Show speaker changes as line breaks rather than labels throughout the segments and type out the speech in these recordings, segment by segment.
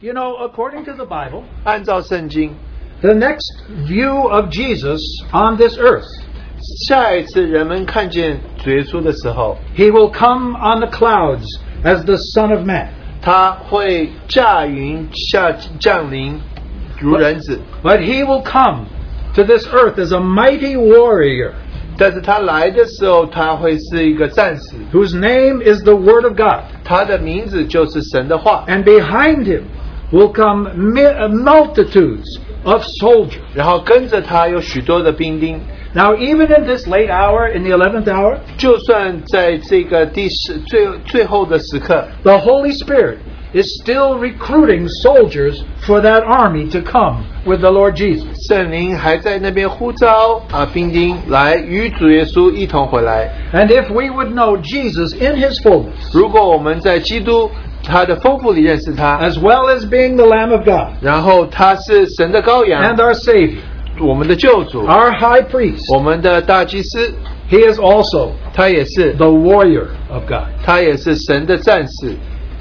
You know, according to the Bible,
按照圣经，
the next view of Jesus on this earth,
下一次人们看见主耶稣的时候，
he will come on the clouds as the Son of Man.
他会驾云下降临，如人子。
But he will come to this earth as a mighty warrior
但是他来的时候，他会是一个战士，
whose name is the Word of God.
他的名字就是神的话。
And behind him will come mi- uh, multitudes of soldiers.
然后跟着他有许多的兵丁，
Now, even in this late hour, in the 11th hour,
就算在这个第十最最后的时刻，
the Holy Spirit is still recruiting soldiers for that army to come with the Lord Jesus.
圣灵还在那边呼召啊兵丁来与主耶稣一同回来。
And if we would know Jesus in his fullness,
如果我们在基督他的丰富里认识他，
as well as being the Lamb of God
然后他是神的羔
and
羊，
our Savior,
我们的救主，
our high priest,
我们的大祭司，
he is also
他也是，
the warrior of God.
他也是神的战士。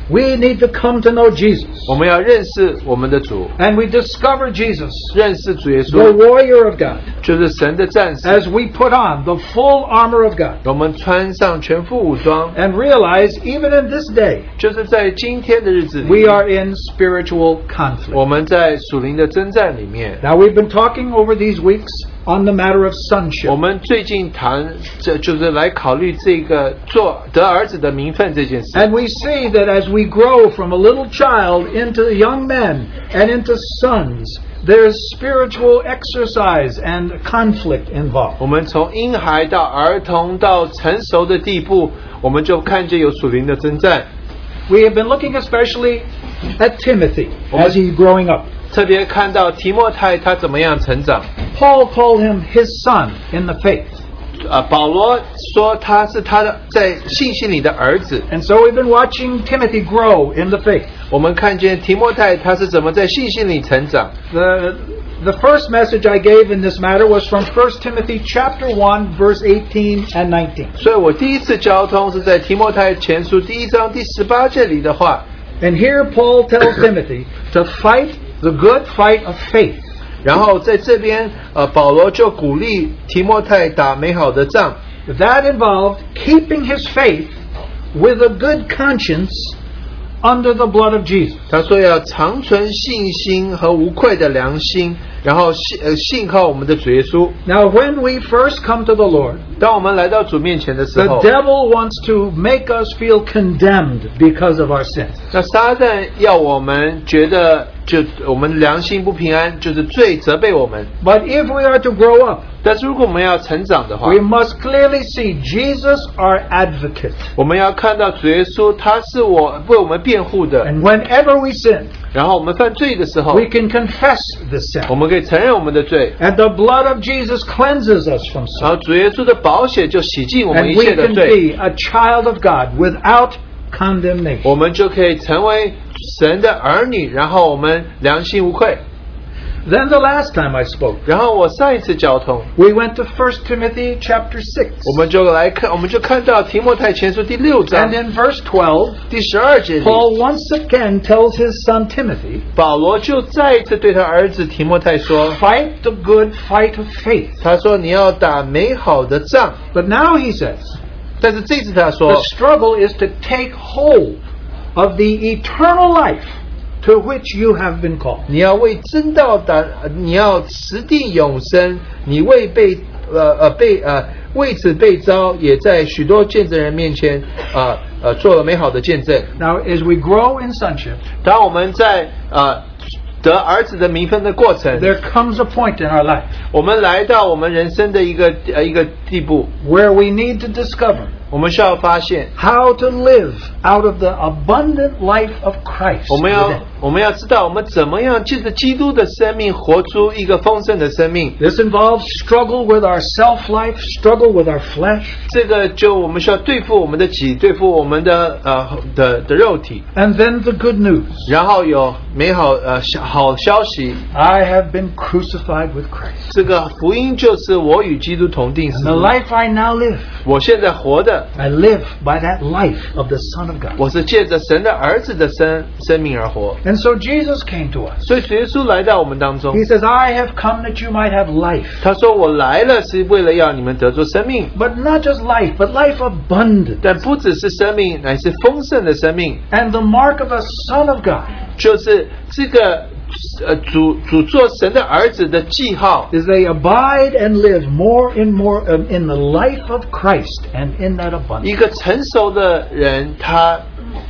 We need to come to know Jesus.
我们要认识我们的主，
And we discover Jesus,
认识主耶
the
稣，
warrior of God,
就是神的战士。
as we put on the full armor of God
我们穿上全副武装，
and realize even in this day,
就是在今天的日子里
we，are in spiritual conflict.
我们在属灵的征战里面。
Now, we've been talking over these weeks on the matter of
我
sonship.
们最近谈，这就是来考虑这个做得儿子的名分这件事。
And we see that as we grow from a little child into young men and into sons, there's spiritual exercise and conflict
我
involved.
们从婴孩到儿童到成熟的地步，我们就看见有属灵的征战。
We have been looking especially at Timothy as he's growing up.
特别看到提莫泰他怎么样成长，
Paul called him his son in the faith.
啊，保罗说他是他的在信心里的儿子。
And so we've been watching Timothy grow in the faith.
我们看见提莫泰他是怎么在信心里成长。
The the first message I gave in this matter was from 1 Timothy chapter 1 verse 18 and 19.
所以我第一次交通是在提莫泰前书第一章第十八节里的话，
And here Paul tells Timothy to fight the good fight of faith.
然后在这边，呃，保罗就鼓励提莫泰打美好的仗，
That involved keeping his faith with a good conscience under the blood of Jesus.
他说要长存信心和无愧的良心，然后信呃信靠我们的主耶稣。
Now, when we first come to the Lord,
当我们来到主面前的时
the
候，
devil wants to make us feel condemned because of our sin.
那撒旦要我们觉得就我们良心不平安，就是罪责备我们。
But if we are to grow up,
但是如果我们要成长的话
we，must clearly see Jesus our advocate.
我们要看到主耶稣他是我为我们辩护的。
And whenever we sin,
然后我们犯罪的时候，
we can confess the sin.
我们可以承认我们的罪，
And the blood of Jesus cleanses us from sin.
然后主耶稣的宝血就洗净我们
And
一
we
切的
can
罪。
be a child of God without
我
condemnation.
们就可以成为神的儿女，然后我们良心无愧。
Then the last time I spoke,
然后我上一次交通，
we went to 1 Timothy chapter 6.
我们就来看，我们就看到提莫太前书第六
And
章
in verse 12,
第十二节里，
Paul once again tells his son Timothy,
保罗就再一次对他儿子提莫太说，
fight the good fight of faith.
他说你要打美好的仗，
But now he says,
但是这次他说
the，struggle is to take hold of the eternal life to which you have been called.
你要为真道打，呃你要持定永生，你未被呃呃被呃为此被招，也在许多见证人面前啊呃呃做了美好的见证。
Now, as we grow in sonship,
当我们在呃得儿子的名分的过程，
there comes a point in our life
我们来到我们人生的一个呃一个地步，
where we need to discover
我们需要发现，
how to live out of the abundant life of Christ.
我们要
within.
我们要知道我们怎么样借着基督的生命活出一个丰盛的生命。
This involves struggle with our self life, struggle with our flesh,
这个就我们需要对付我们的己，对付我们的呃的的肉体，
and then the good news
然后有美好呃消好消息。
I have been crucified with Christ.
这个福音就是我与基督同定死 Mm-hmm.
And the life I now live
我现在活的的，
I live by that life of the Son of God.
我是借着神的儿子的生生命而活。
And so Jesus came to us.
所以耶稣来到我们当中
He，says, I have come that you might have life.
他说：“我来了是为了要你们得着生命，
But not just life, but life abundant.
但不只是生命，乃是丰盛的生命。
And the mark of a Son of God
就是这个呃主主做神的儿子的记号，
is they abide and live more and more um, in the life of Christ and in that
一
abundance.
个成熟的人，他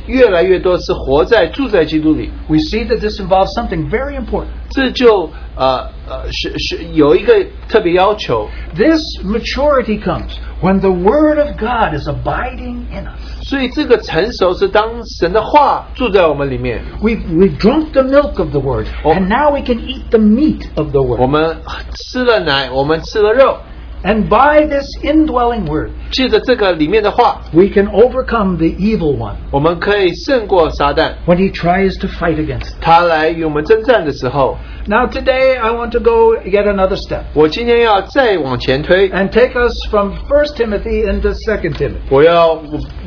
越来越多是活在住在基督里，
We see that this involves something very important.
这就呃呃是是有一个特别要求，
This maturity comes when the Word of God is abiding in us.
所以这个成熟是当神的话住在我们里面，
We've, we've drunk the milk of the Word,
Oh.
and now we can eat the meat of the
我
Word.
们吃了奶，我们吃了肉，
And by this indwelling Word,
借着这个里面的话，
we can overcome the evil one
我们可以胜过撒旦。
when he tries to fight against us.
他来与我们征战的时候，
Now, today, I want to go yet another step
我今天要再往前推，
and take us from 1 Timothy into 2 Timothy.
我要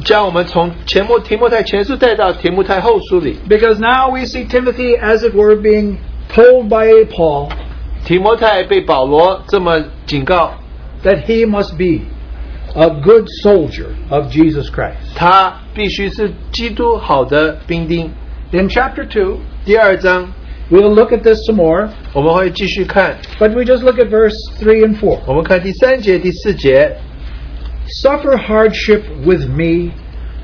将我们从前莫提摩太前书带到提摩太后书里。
Because now we see Timothy, as it were, being told by Paul
提摩太被保罗这么警告，
that he must be a good soldier of Jesus Christ.
他必须是基督好的兵丁。
In chapter 2,
第二章
we'll look at this some more,
我们会继续看，
but we just look at verse 3 and 4.
我们看第三节、第四节，
Suffer hardship with me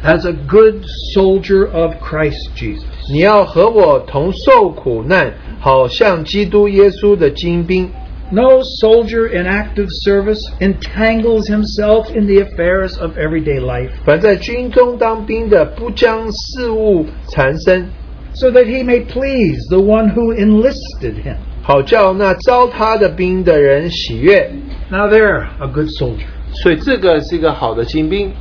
as a good soldier of Christ Jesus.
你要和我同受苦难，好像基督耶稣的精兵。
No soldier in active service entangles himself in the affairs of everyday life
凡在军中当兵的，不将事物缠身，
so that he may please the one who enlisted him.
好叫那招他的兵的人喜悦。
Now, there, a good soldier.
所以这个是一个好的精兵。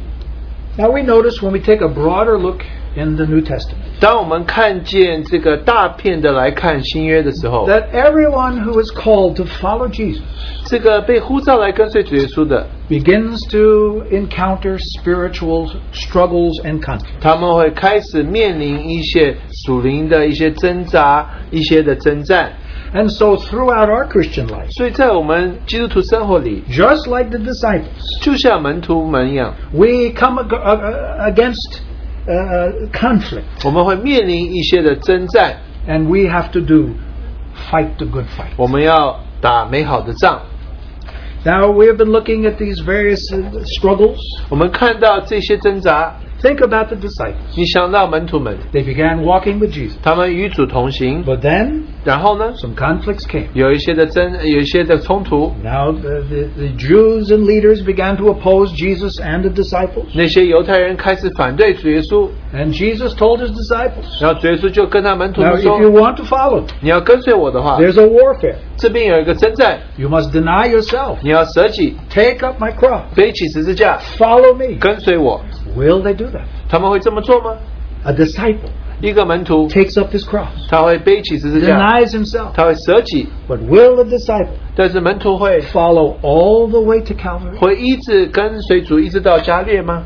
Now, we notice when we take a broader look in the New Testament
当我们看见这个大片的来看新约的时候，
that everyone who is called to follow Jesus
这个被呼召来跟随主耶稣的，
begins to encounter spiritual struggles and conflicts.
他们会开始面临一些属灵的一些挣扎、一些的征战。
And so, throughout our Christian life,
所以在我们基督徒生活里，
just like the disciples,
就像门徒们一样，
we come ag- uh, against uh, conflict.
我们会面临一些的征战，
and we have to do fight the good fight.
我们要打美好的仗。
Now we have been looking at these various uh, struggles.
我们看到这些挣扎，
Think about the disciples.
你想到门徒们，
They began walking with Jesus,
他们与主同行，
but then
然后呢，
some conflicts came.
有一些的争，有一些的冲突，
Now the, the, the Jews and leaders began to oppose Jesus and the disciples,
那些犹太人开始反对主耶稣，
and Jesus told his disciples,
然后主耶稣就跟他门徒
"Now if
们说
you want to follow, me,：“
你要跟随我的话，
there's a warfare.
这边有一个征战，
You must deny yourself,
你要舍己，
take up my cross,
背起十字架，
follow me."
跟随我。
Will they do that? ”
他们会这么做吗？
A disciple
一个门徒
takes up his cross,
他会背起十字架，
denies himself,
他会舍己，
but will the disciple
但是门徒会
follow all the way to Calvary?
会一直跟随主一直到加略吗？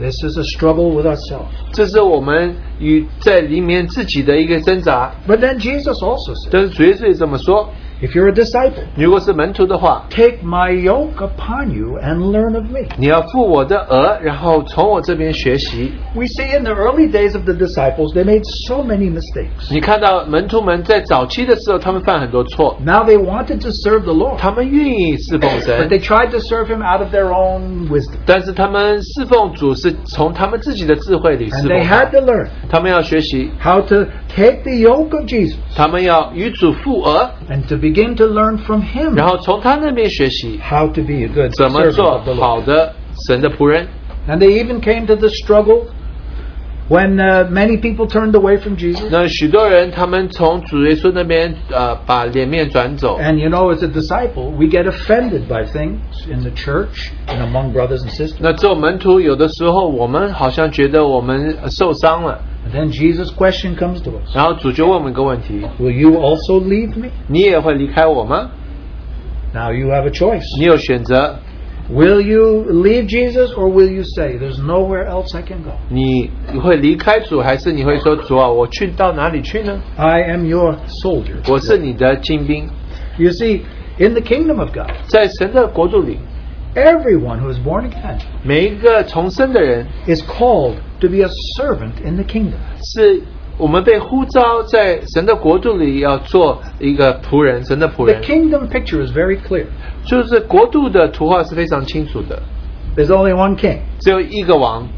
This is a struggle with ourselves.
这是我们与在里面自己的一个挣扎。
But then Jesus also said,
但是主耶稣也这么说：
If you're a disciple,
如果是门徒的话，
take my yoke upon you and learn of me.
你要负我的额，然后从我这边学习。
We see in the early days of the disciples, they made so many mistakes.
你看到门徒们在早期的时候，他们犯很多错，
Now they wanted to serve the Lord,
他们愿意侍奉
but
神
they，tried to serve him out of their own wisdom.
但是他们侍奉主是从他们自己的智慧里侍
And they
奉
had to
他
learn
他们要学习，
how to take the yoke of Jesus
他们要与主负额，
and to begin to learn from him
然后从他那边学习
how to be a good
怎么
servant
做
of the Lord.
好的神的仆人。
And they even came to the struggle when uh, many people turned away from Jesus.
那许多人他们从主耶稣那边呃把脸面转走，
And you know, as a disciple, we get offended by things in the church and among brothers and sisters.
那做门徒有的时候我们好像觉得我们呃受伤了，
And then Jesus' question comes to us
然后主就问我们一个问题：
Will you also leave me?
你也会离开我吗？
Now you have a choice.
你有选择，
Will you leave Jesus or will you say, There's nowhere else I can go?
你会离开主，还是你会说主啊，我去到哪里去呢？
I am your soldier.
我是你的精兵，
You see, in the kingdom of God,
在神的国度里，
everyone who is born again
每一个重生的人
is called to be a servant in the kingdom.
是我们被呼召在神的国度里要做一个仆人，神的仆
The
人，
kingdom picture is very clear.
就是国度的图画是非常清楚的，
There's only one king.
只有一个王，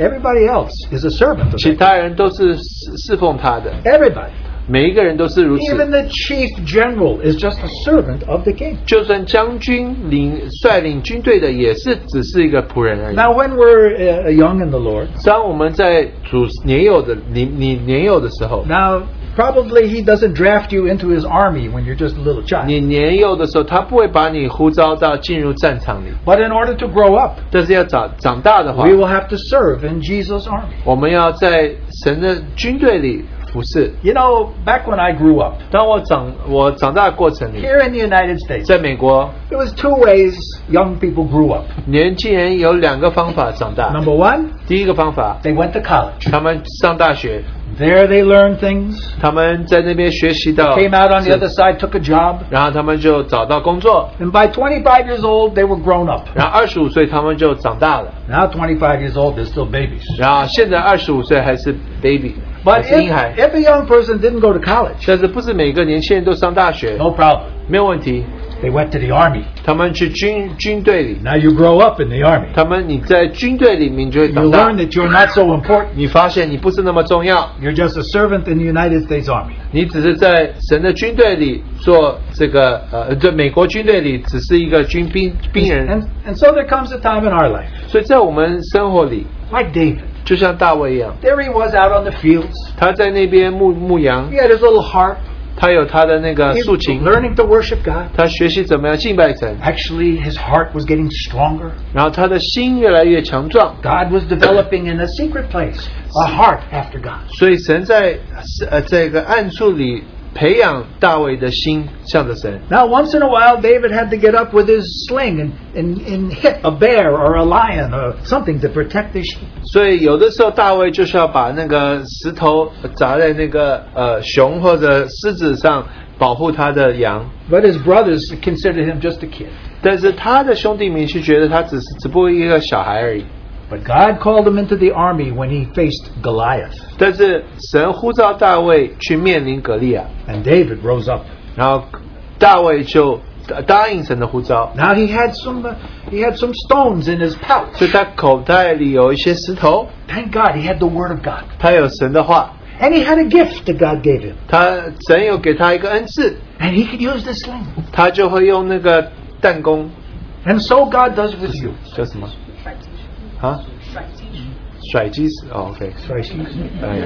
Everybody else is a servant of
其
him.
他人都是侍侍奉他的，
Everybody.
每一个人都是如
Even
此。
the chief general is just a servant of the king.
就算将军领率领军队的，也是只是一个仆人而已。
Now, when we're uh, young in the Lord,
当我们在主年幼的你你年幼的时候，
now probably he doesn't draft you into his army when you're just a little child.
你年幼的时候，他不会把你呼召到进入战场里，
But in order to grow up,
但是要长长大的话
we，will have to serve in Jesus' army.
我们要在神的军队里服侍。
You know, back when I grew up,
当我长我长大的过程里，
here in the United States,
在美国，
there was two ways young people grew up.
年轻人有两个方法长大。
Number one,
第一个方法，
they went to college.
他们上大学，
There they learned things,
他们在那边学习到，
came out on the other side, took a job,
然后他们就找到工作，
and by 25 years old, they were grown up.
然后二十五岁他们就长大了，
Now, 25 years old, they're still babies.
然后现在二十五岁还是 baby，
But
还是婴孩
if,。if a young person didn't go to college,
但是不是每个年轻人都上大学，
no problem.
没有问题。
They went to the army.
他们去军军队里，
Now you grow up in the army.
他们你在军队里面你就会
You
长大
learn，that you're not so important.
你发现你不是那么重要，
You're just a servant in the United States Army.
你只是在神的军队里做这个呃，在美国军队里只是一个军兵兵人。
And, and so there comes a time in our life,
所以在我们生活里，
like David.
就像大卫一样，
There he was out on the fields.
他在那边牧牧羊
He，had his little harp.
他有他的那个
He
竖
was
琴，
learning to worship God.
他学习怎么样敬拜神，
Actually, his heart was getting stronger.
然后他的心越来越强壮，
God was developing in a secret place a heart after God.
所以神在呃这个暗处里培养大卫的心，向着神。
Now, once in a while, David had to get up with his sling and, and, and hit a bear or a lion or something to protect his sheep.
所以有的时候大卫就是要把那个石头砸在那个呃熊或者狮子上，保护他的羊。
But his brothers considered him just a kid.
但是他的兄弟们却觉得他只是只不过一个小孩而已。
But God called him into the army when he faced Goliath.
但是神呼召大卫去面临格利亚，
And David rose up.
然后大卫就答答应神的呼召，
Now he had some, uh, he had some stones in his pouch.
所以他口袋里有一些石头，
Thank God he had the Word of God.
他有神的话，
And he had a gift that God gave him.
他神有给他一个恩赐，
And he could use this sling.
他就会用那个弹弓
And so God does with you.
叫什么啊？甩击石哦，OK，
Sorry, excuse me.
哎，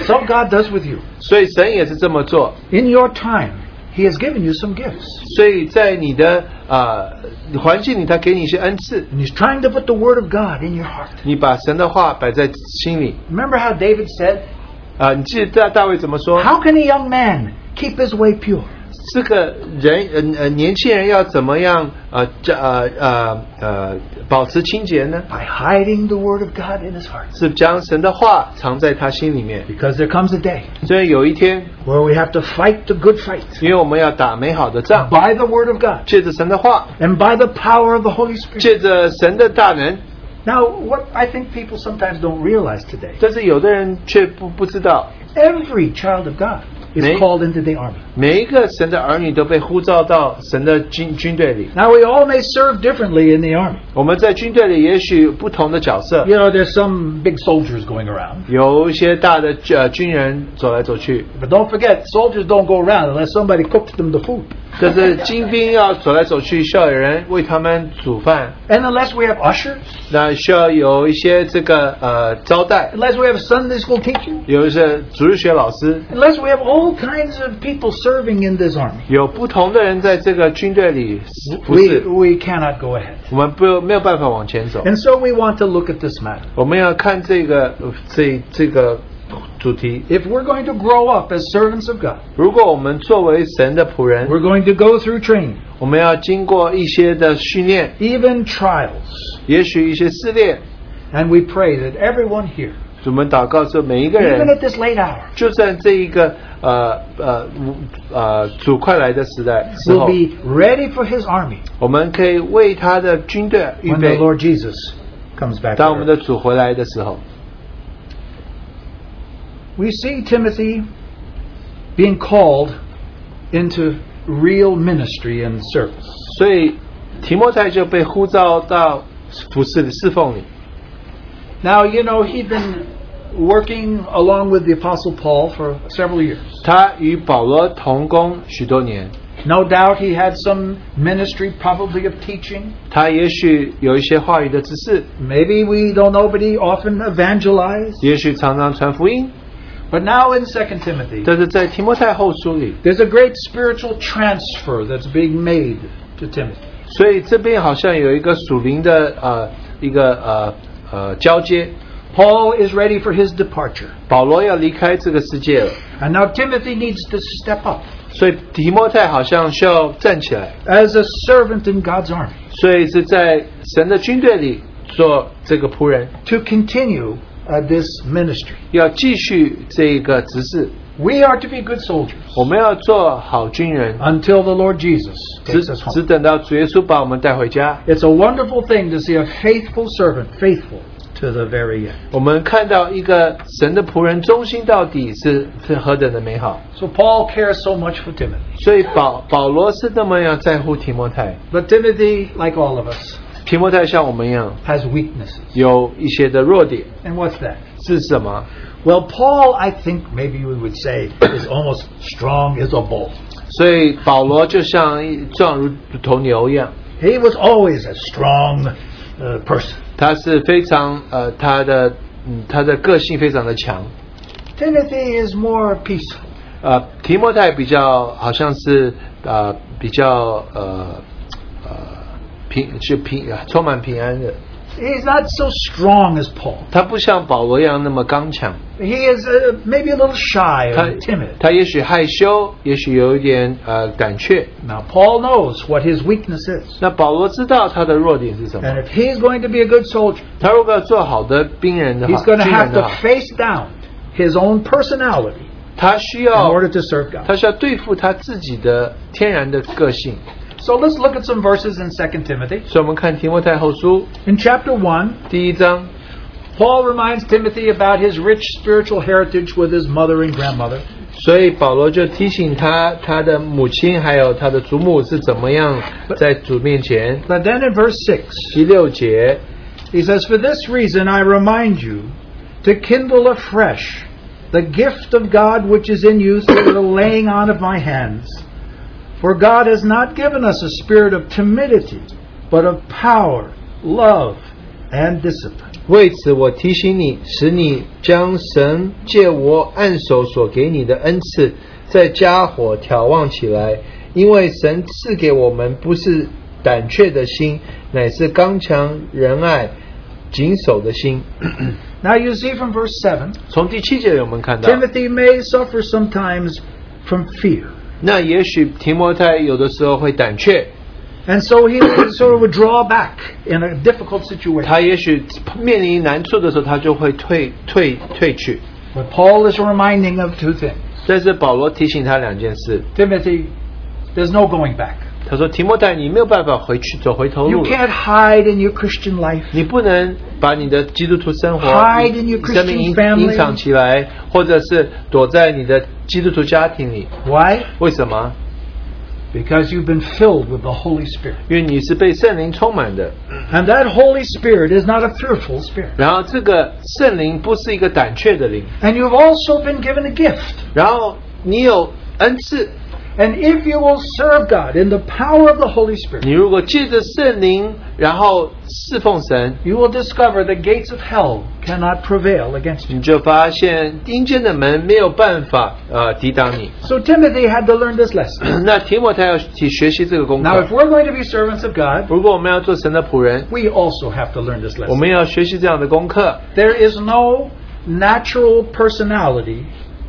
So God does with you.
所以神也是这么做，
In your time, he has given you some gifts.
所以在你的啊、呃环境里，他给你一些恩赐，
And he's trying to put the Word of God in your heart.
你把神的话摆在心里
Remember how David said,
啊、你记得大大卫怎么说？
How can a young man keep his way pure?
这个人呃呃年轻人要怎么样呃这呃呃呃保持清洁呢？
By hiding the Word of God in his heart.
是将神的话藏在他心里面。
Because there comes a day
所以有一天，
where we have to fight the good fight
因为我们要打美好的仗，
by the Word of God
借着神的话，
and by the power of the Holy Spirit.
借着神的大能。
Now, what I think people sometimes don't realize today
但是有的人却不不知道，
Every child of God is
Me?
called into the army.
每一个神的儿女都被呼召到神的军军队里。
Now, we all may serve differently in the army.
我们在军队里也许不同的角色
You，know, there's some big soldiers going around.
有一些大的呃军人走来走去，
But don't forget, soldiers don't go around unless somebody cooks them the food.
但是精兵要走来走去，需要有人为他们煮饭，
And unless we have ushers,
那需要有一些这个呃招待，
unless we have Sunday school teachers,
有一些主日学老师，
unless we have all kinds of people serving in this army,
有不同的人在这个军队里服
we,
侍，
we cannot go ahead.
我们不没有办法往前走。
And so we want to look at this matter.
我们要看这个这这个主题。
If we're going to grow up as servants of God,
如果我们作为神的仆人，
we're going to go through training,
我们要经过一些的训练，
even trials.
也许一些试炼。
And we pray that everyone here,
我们祷告说，每一个
even
人
at，this late hour,
就算这一个呃呃呃主快来的时代时
will
候，
be ready for his army
我们可以为他的军队预
when the
备。
Lord Jesus comes back. to
当我们
earth.
的主回来的时候，
We see Timothy being called into real ministry and service.
所以提摩太就被呼召到服侍侍奉里。
Now, you know, he'd been working along with the Apostle Paul for several years.
他与保罗同工许多年，
No doubt he had some ministry, probably of teaching.
他也许有一些话语的知识，
Maybe we don't know, but he often evangelized.
也许常常传福音。
But now in 2 Timothy,
但是在提摩太后书里，
there's a great spiritual transfer that's being made to Timothy.
所以这边好像有一个属灵的呃一个呃呃交接。
Paul is ready for his departure.
保罗要离开这个世界了，
And now Timothy needs to step up
所以提摩太好像需要站起来，
as a servant in God's army
所以是在神的军队里做这个仆人，
to continue uh, this ministry.
要继续这个职事。
We are to be good soldiers
我们要做好军人，
until the Lord Jesus
只
takes us
只
home.
等到主耶稣把我们带回家。
It's a wonderful thing to see a faithful servant faithful to the very end.
我们看到一个神的仆人忠心到底是是何等的美好。
So Paul cares so much for Timothy.
所以保保罗是那么样在乎提摩太，
But Timothy, like all of us,
提摩太像我们一样
has weaknesses.
有一些的弱点
And what's that?
是什么？
Well, Paul, I think maybe we would say, is almost strong as a bull.
所以保罗就像一壮如头牛一样，
He was always a strong uh, person.
他是非常呃他的嗯他的个性非常的强。
Timothy is more peaceful.
呃，提摩太比较好像是呃比较呃呃平就平啊充满平安的，
He's not so strong as Paul.
他不像保罗一样那么刚强。
He is uh, maybe a little shy
他
or timid.
他也许害羞，也许有一点呃胆怯。
Now, Paul knows what his weakness is.
那保罗知道他的弱点是什么
And，if he's going to be a good soldier,
他如果要做好的兵人的
he's
话，
going to
军
have
人的
to
话，
face down his own personality
他需
in
要
order to serve God.
他需要对付他自己的天然的个性。
So let's look at some verses in 2 Timothy.
所以我们看提摩太后书
In chapter 1,
第一章，
Paul reminds Timothy about his rich spiritual heritage with his mother and grandmother.
所以保罗就提醒他他的母亲还有他的祖母是怎么样在主面前。
But then in verse 6,
第六节，
he says, For this reason I remind you to kindle afresh the gift of God which is in you through the laying on of my hands. For God has not given us a spirit of timidity, but of power, love, and discipline.
为此，我提醒你，使你将神借我按手所给你的恩赐，在家火眺望起来，因为神赐给我们不是胆怯的心，乃是刚强、仁爱、谨守的心。
Now you see from verse 7,
从第七节我们看到，
Timothy may suffer sometimes from fear.
那也许提摩太有的时候会胆怯，
And so he sort of would draw back in a difficult situation.
他也许面临难处的时候，他就会退退退去。
But Paul is reminding of two things.
但是保罗提醒他两件事，
Timothy, there's no going back.
他说：“提摩太，你没有办法回去走回头
You
路了。”
can't hide in your Christian life.
你不能把你的基督徒生活
Hide in your
生
Christian
命隐
family
隐藏起来，或者是躲在你的基督徒家庭里。
Why?
为什么？
Because you've been filled with the Holy Spirit.
因为你是被圣灵充满的。
And that Holy Spirit is not a fearful spirit.
然后这个圣灵不是一个胆怯的灵。
And you've also been given a gift.
然后你有恩赐，
And if you will serve God in the power of the Holy Spirit,
你如果借着圣灵，然后侍奉神，
you will discover the gates of hell cannot prevail against you.
你就发现阴间的门没有办法呃抵挡 你。
So Timothy had to learn this lesson.
那提摩太要去学习这个功
Now,
课
if。we're going to be servants of God,
如果我们要做神的仆人，
we also have to learn this
我
lesson.
们要学习这样的功课。
There is no natural personality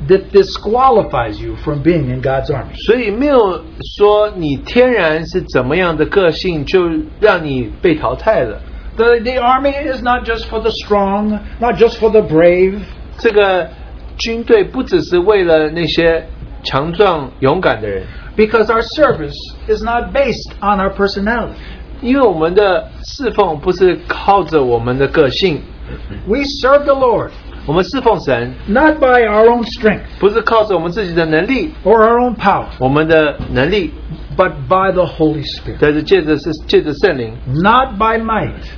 that disqualifies you from being in God's army.
所以没有说你天然是怎么样的个性，就让你被淘汰了。
The, the army is not just for the strong, not just for the brave,
这个军队不只是为了那些强壮勇敢的人，
because our service is not based on our personality.
因为我们的侍奉不是靠着我们的个性，
We serve the Lord
我们侍奉神
not by our own strength
不是靠着我们自己的能力，
or our own power,
我们的能力，
but by the Holy Spirit.
但是借着是借着圣灵，
Not by might,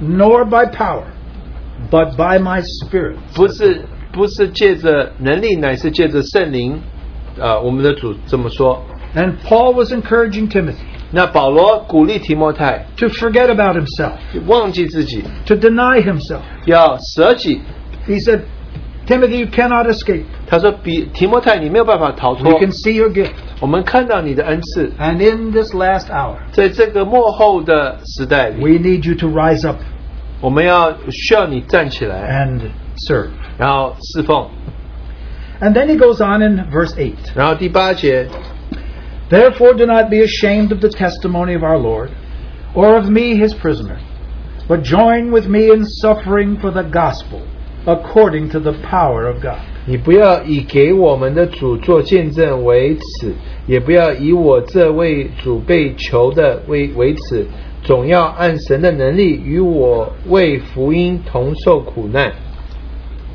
nor by power, but by my Spirit.
不是不是借着能力，乃是借着圣灵。呃，我们的主这么说。
And Paul was encouraging Timothy
那保罗鼓励提摩太
to forget about himself,
忘记自己，
to deny himself.
要舍己。
He said, Timothy, you cannot escape.
他说：“比提摩太，你没有办法逃
We
脱。
can see your gift.
我们看到你的恩赐，
And in this last hour,
在这个幕后的时代里，
we need you to rise up
我们要需要你站起来，
and serve.
Uh-huh 然后侍奉。
And then he goes on in verse 8.
然后第八节，
Therefore, do not be ashamed of the testimony of our Lord, or of me, his prisoner, but join with me in suffering for the gospel according to the power of God.
你不要以给我们的主做见证为耻，也不要以我这位主被囚的为为耻，总要按神的能力与我为福音同受苦难。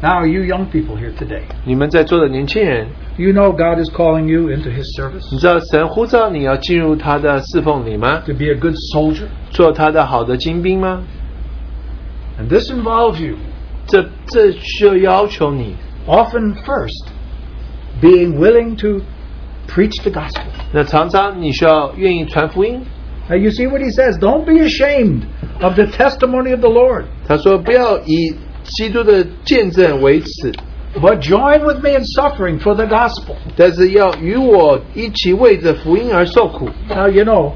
Now, you young people here today,
你们在座的年轻人，
you know God is calling you into his service
你知道神呼召你要进入他的侍奉里吗？
to be a good soldier,
做他的好的精兵吗？
and this involves you
这这需要要求你，
often first being willing to preach the gospel.
那常常你需要愿意传福音。
Now, you see what he says don't be ashamed of the testimony of the Lord,
他说：“不要以基督的见证为耻，
but join with me in suffering for the gospel.
但是要与我一起为着福音而受苦，
Now you know,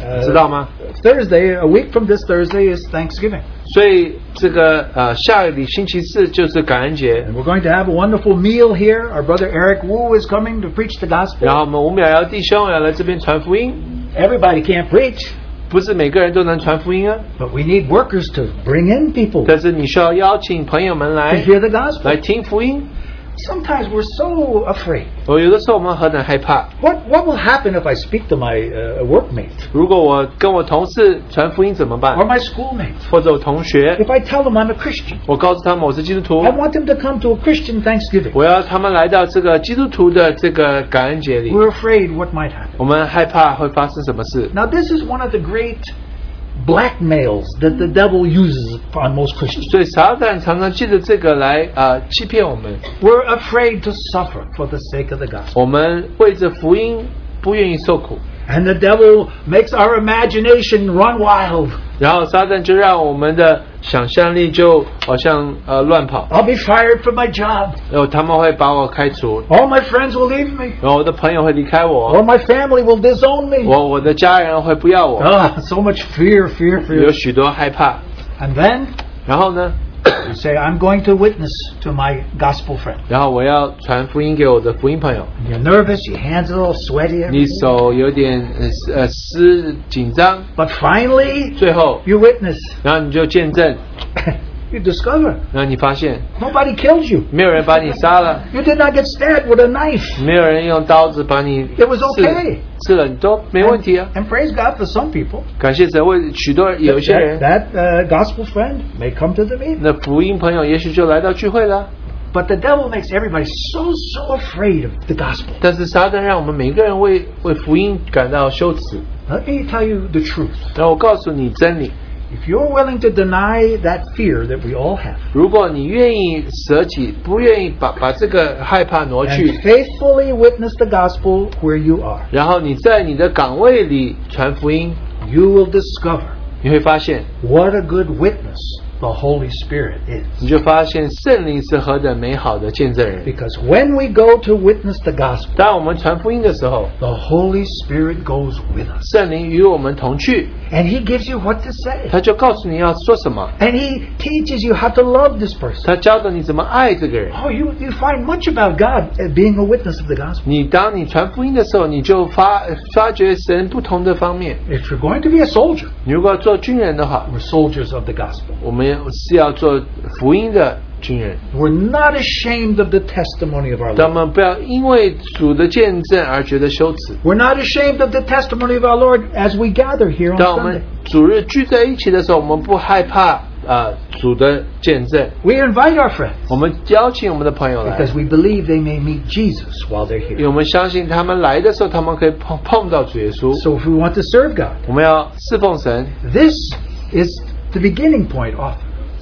呃 uh,
知道吗？”
Thursday, a week from this Thursday is Thanksgiving,
所以这个呃，下个礼星期四就是感恩节
and，we're going to have a wonderful meal here. Our brother Eric Wu is coming to preach the
然
gospel.
后我们吴淼瑶弟兄要来这边传福音，
Everybody can't preach,
不是每个人都能传福音啊，
but we need workers to bring in people
但是你需要邀请朋友们
to
来
hear the
来
gospel.
听福音。
Sometimes we're so afraid.
我有的时候我们很很害怕，
What what will happen if I speak to my uh, workmate
如果我跟我同事传福音怎么办
or？my schoolmate?
或者我同学，
If I tell them I'm a Christian,
我告诉他们我是基督徒
I，want them to come to a Christian Thanksgiving.
我要他们来到这个基督徒的这个感恩节里。
We're afraid what might happen.
我们害怕会发生什么事，
Now, this is one of the great blackmails that the devil uses on most Christians.
所以撒旦常常借着这个来呃欺骗我们。
We're afraid to suffer for the sake of the gospel.
我们为着福音不愿意受苦，
And the devil makes our imagination run wild.
然后撒旦就让我们的想象力就好像呃乱跑，
I'll be fired from my job.
然后他们会把我开除，
All my friends will leave me.
然后我的朋友会离开
All
我，
my family will disown me.
我我的家人会不要我，
Ah, so much fear, fear,
有
fear.
许多害怕。
And then
然后呢，
you say, I'm going to witness to my gospel friend.
然后我要传福音给我的福音朋友。
And you're nervous, your hands are all sweaty.
你
everything.
手有点呃湿呃湿紧张，
But finally,
最后，
you witness.
然后你就见证，
you discover
然后你发现
nobody kills you.
没有人把你杀了，
You did not get stabbed with a knife.
没有人用刀子把你
It was okay.
刺了，你都没问题啊。
And praise God for some people.
感谢神为许多人有一些
That,
人，
that uh, gospel friend may come to the meeting.
那福音朋友也许就来到聚会了。
But the devil makes everybody so, so afraid of the gospel.
但是撒旦让我们每个人为为福音感到羞耻。
Let me tell you the truth.
然后我告诉你真理：
If you're willing to deny that fear that we all have
如果你愿意舍己，不愿意把把这个害怕挪
and
去，
faithfully witness the gospel where you are,
然后你在你的岗位里传福音，
you will discover
你会发现
what a good witness the Holy Spirit is.
你就发现圣灵是何等美好的见证人。
Because when we go to witness the gospel,
当我们传福音的时候，
the Holy Spirit goes with us.
圣灵与我们同去，
And He gives you what to say.
他就告诉你要说什么，
And He teaches you how to love this person.
他教导你怎么爱这个人。
Oh, you, you find much about God uh, being a witness of the gospel.
你当你传福音的时候，你就发发掘神不同的方面。
If you're going to be a soldier,
你如果做军人的话，
we're soldiers of the gospel.
我们是要做福音的军人。
We're not ashamed of the testimony of our
他
Lord.
们不要因为主的见证而觉得羞耻。
We're not ashamed of the testimony of our Lord as we gather here on
当我们
Sunday.
主日聚在一起的时候，我们不害怕呃主的见证，
We invite our friends
我们邀请我们的朋友来，
because we believe they may meet Jesus while they're
因为
here.
我们相信他们来的时候，他们可以碰碰到主耶稣。
So if we want to serve God,
我们要侍奉神，
this is the beginning point often.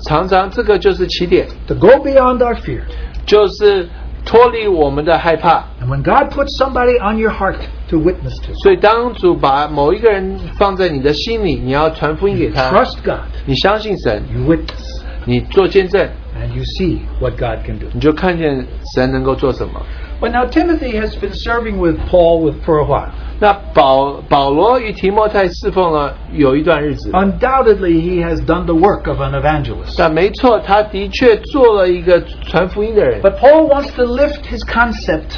常常这个就是起点，
To go beyond our fear.
就是脱离我们的害怕。
And when God puts somebody on your heart to witness to,
所以，当主把某一个人放在你的心里，你要传福音给他，
trust God,
你相信神，
you witness,
你做见证，
and you see what God can do.
你就看见神能够做什么。
Well, now Timothy has been serving with Paul with, for a while.
那保保罗与提莫太侍奉了有一段日子，
啊 Undoubtedly, he has done the work of an evangelist.
但没错，他的确做了一个传福音的人。
But Paul wants to lift his concept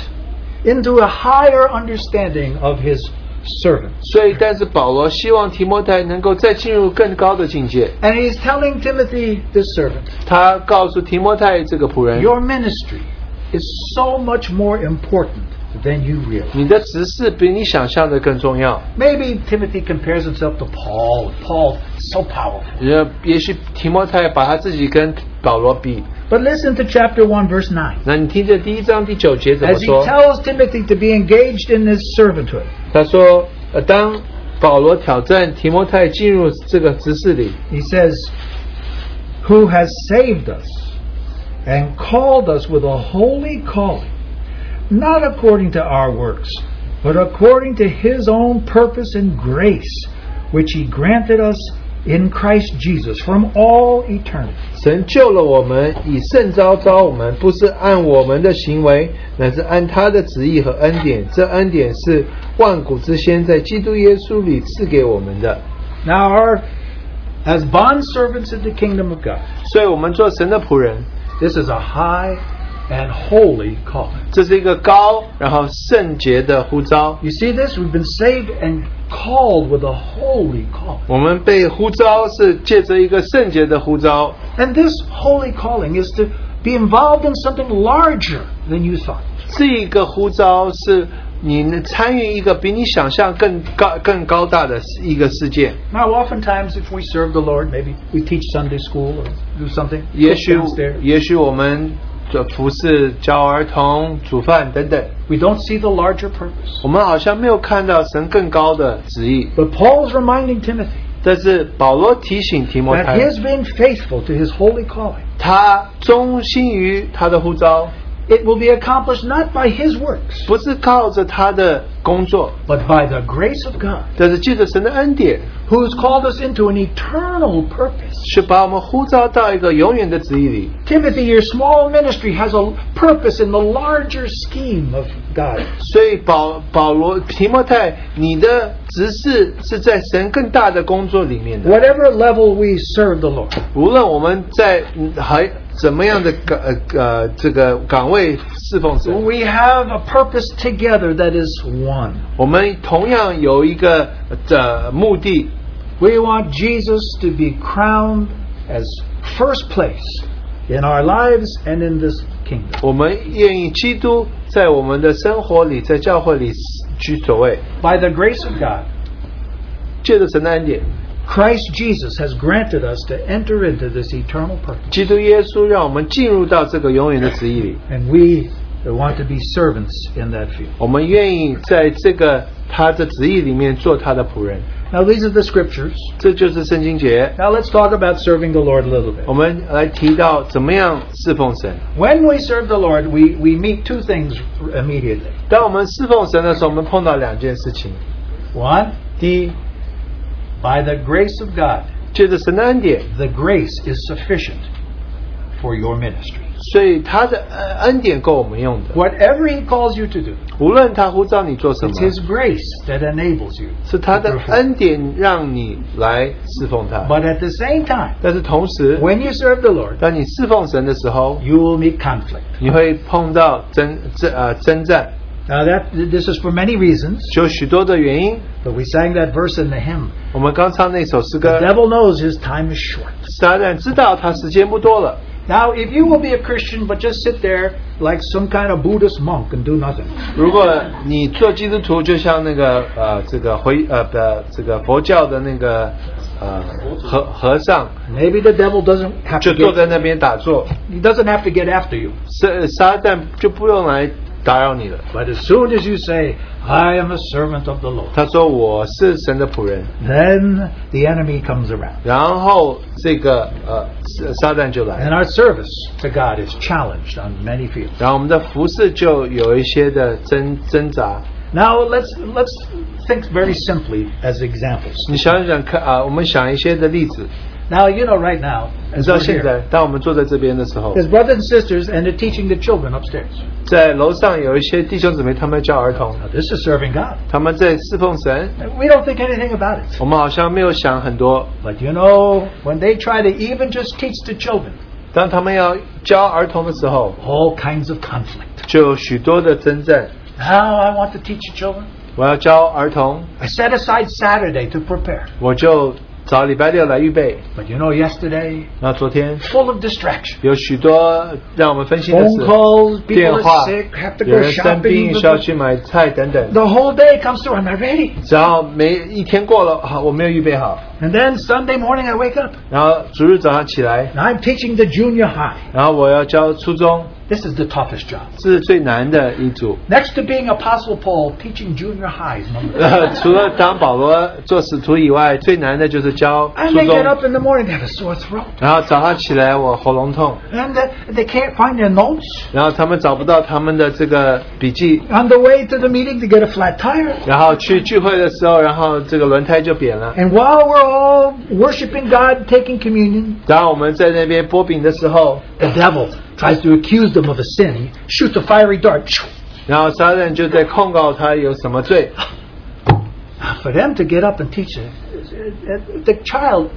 into a higher understanding of his servants.
所以，但是保罗希望提莫太能够再进入更高的境界。
And he's telling Timothy, this servant,
他告诉提莫太这个仆人，
your ministry is so much more important than you realize.
你的职事比你想象的更重要。
Maybe Timothy compares himself to Paul. Paul, so powerful.
也也许提莫太把他自己跟保罗比。
But listen to chapter 1, verse 9.
那你听着第一章第九节怎么
As he
说？
tells Timothy to be engaged in his servanthood,
他说：“呃，当保罗挑战提摩太进入这个执事里，
he says, Who has saved us and called us with a holy calling, not according to our works, but according to his own purpose and grace, which he granted us in Christ Jesus from all eternity.
神救了我们，以圣招招我们，不是按我们的行为，乃是按他的旨意和恩典。这恩典是万古之先在基督耶稣里赐给我们的。
Now, our, as bondservants of the kingdom of God,
所以，我们做神的仆人，
this is a high and holy calling.
这是一个高然后圣洁的呼召。
You see this? We've been saved and called with a holy calling.
我们被呼召是借着一个圣洁的呼召，
And this holy calling is to be involved in something larger than you thought.
这一个呼召是你能参与一个比你想象更高、更高大的一个世界。
Now, oftentimes, if we serve the Lord, maybe we teach Sunday school or do something,
也
cook
许
downstairs.
也许我们的服侍、教儿童、煮饭等等，
we don't see the larger purpose.
我们好像没有看到神更高的旨意。
But Paul's reminding Timothy
但是保罗提醒提摩
that
太，
his being faithful to his holy calling,
他忠心于他的呼召，
it will be accomplished not by his works,
不是靠着他的工作，
but by the grace of God,
但是借着神的恩典，
who has called us into an eternal purpose.
是把我们呼召到一个永远的旨意里。
Timothy, your small ministry has a purpose in the larger scheme of God.
所以保保罗提摩太，你的职事是在神更大的工作里面的。
Whatever level we serve the Lord,
无论我们在嗯还怎么样的岗呃呃这个岗位侍奉神，
we have a purpose together that is one.
我们同样有一个呃目的，
We want Jesus to be crowned as first place in our lives and in this kingdom.
我们愿意基督在我们的生活里，在教会里居首位。
By the grace of God,
借着神的恩典，
Christ Jesus has granted us to enter into this eternal purpose,
基督耶稣让我们进入到这个永远的旨意里。
and we want to be servants in that field.
我们愿意在这个他的旨意里面做他的仆人，
Now, these are the scriptures.
这就是圣经节。
Now, let's talk about serving the Lord a little bit.
我们来提到怎么样侍奉神。
When we serve the Lord, we, we meet two things immediately.
当我们侍奉神的时候，我们碰到两件事情：
One,
第一，
by the grace of God,
借着神的恩典，
The grace is sufficient for your ministry.
所以他的恩恩典够我们用的。
Whatever He calls you to do,
无论他呼召你做什么，
it's His grace that enables you.
是他的
to perform.
恩典让你来侍奉他。
But at the same time,
但是同时，
when you serve the Lord,
当你侍奉神的时候，
you will meet conflict.
你会碰到征征呃征战，
Now that this is for many reasons,
有许多的原因。
but we sang that verse in the hymn.
我们刚唱那首诗
The
歌，
devil knows his time is short.
撒旦知道他时间不多了。
Now, if you will be a Christian but just sit there like some kind of Buddhist monk and do nothing,
如果你做基督徒，就像那个呃这个回呃不这个佛教的那个呃和和尚，
maybe the devil doesn't have
就
to
坐
get,
在那边打坐，
he doesn't have to get after you.
撒撒旦就不用来打扰你了。
But as soon as you say, "I am a servant of the Lord,"
他说我是神的仆人，
then the enemy comes around,
然后这个呃撒撒旦就来了，
and our service to God is challenged on many fields.
然后我们的服饰就有一些的挣挣扎。
Now, let's let's think very simply as examples.
你想想看啊、我们想一些的例子。
Now, you know, right now,
你
as
知道
we're
现
here,
在，当我们坐在这边的时候，
there's brothers and sisters, and they're teaching the children upstairs.
在楼上有一些弟兄姊妹，他们教儿童，
Now, this is serving God.
他们在侍奉神。
We don't think anything about it.
我们好像没有想很多。
But you know, when they try to even just teach the children,
当他们要教儿童的时候，
all kinds of conflict.
就有许多的征战。
Now I want to teach the children.
我要教儿童，
I set aside Saturday to prepare.
我就找礼拜六来预备。
But you know, yesterday,
那昨天
full of distraction.
有许多让我们分心的
Phone calls,
事，电
people
话
are sick, have to，
有
go
人生病
shopping.
需要去买菜等等。
The whole day comes through, I'm not ready.
然后没一天过了，好，我没有预备好。
And then Sunday morning, I wake up
然后逐日早上起来，
and I'm teaching the junior high.
然后我要教初中，
This is the toughest job.
是最难的一组。
Next to being Apostle Paul, teaching junior high is number
呃，除了当保罗做使徒以外，最难的就是教
And
初
they
中
get。up in the morning, they have a sore throat.
然后早上起来我喉咙痛，
And uh, they can't find their notes.
然后他们找不到他们的这个笔记，
on the way to the meeting to get a flat tire.
然后去聚会的时候，然后这个轮胎就扁了。
And while we're all worshiping God, taking communion,
然后我们在那边剥饼的时候，
the devil tries to accuse them of a sin. He shoots a fiery dart. Shoo.
然后撒旦就在控告他有什么罪。
For them to get up and teach it, uh, uh, the child,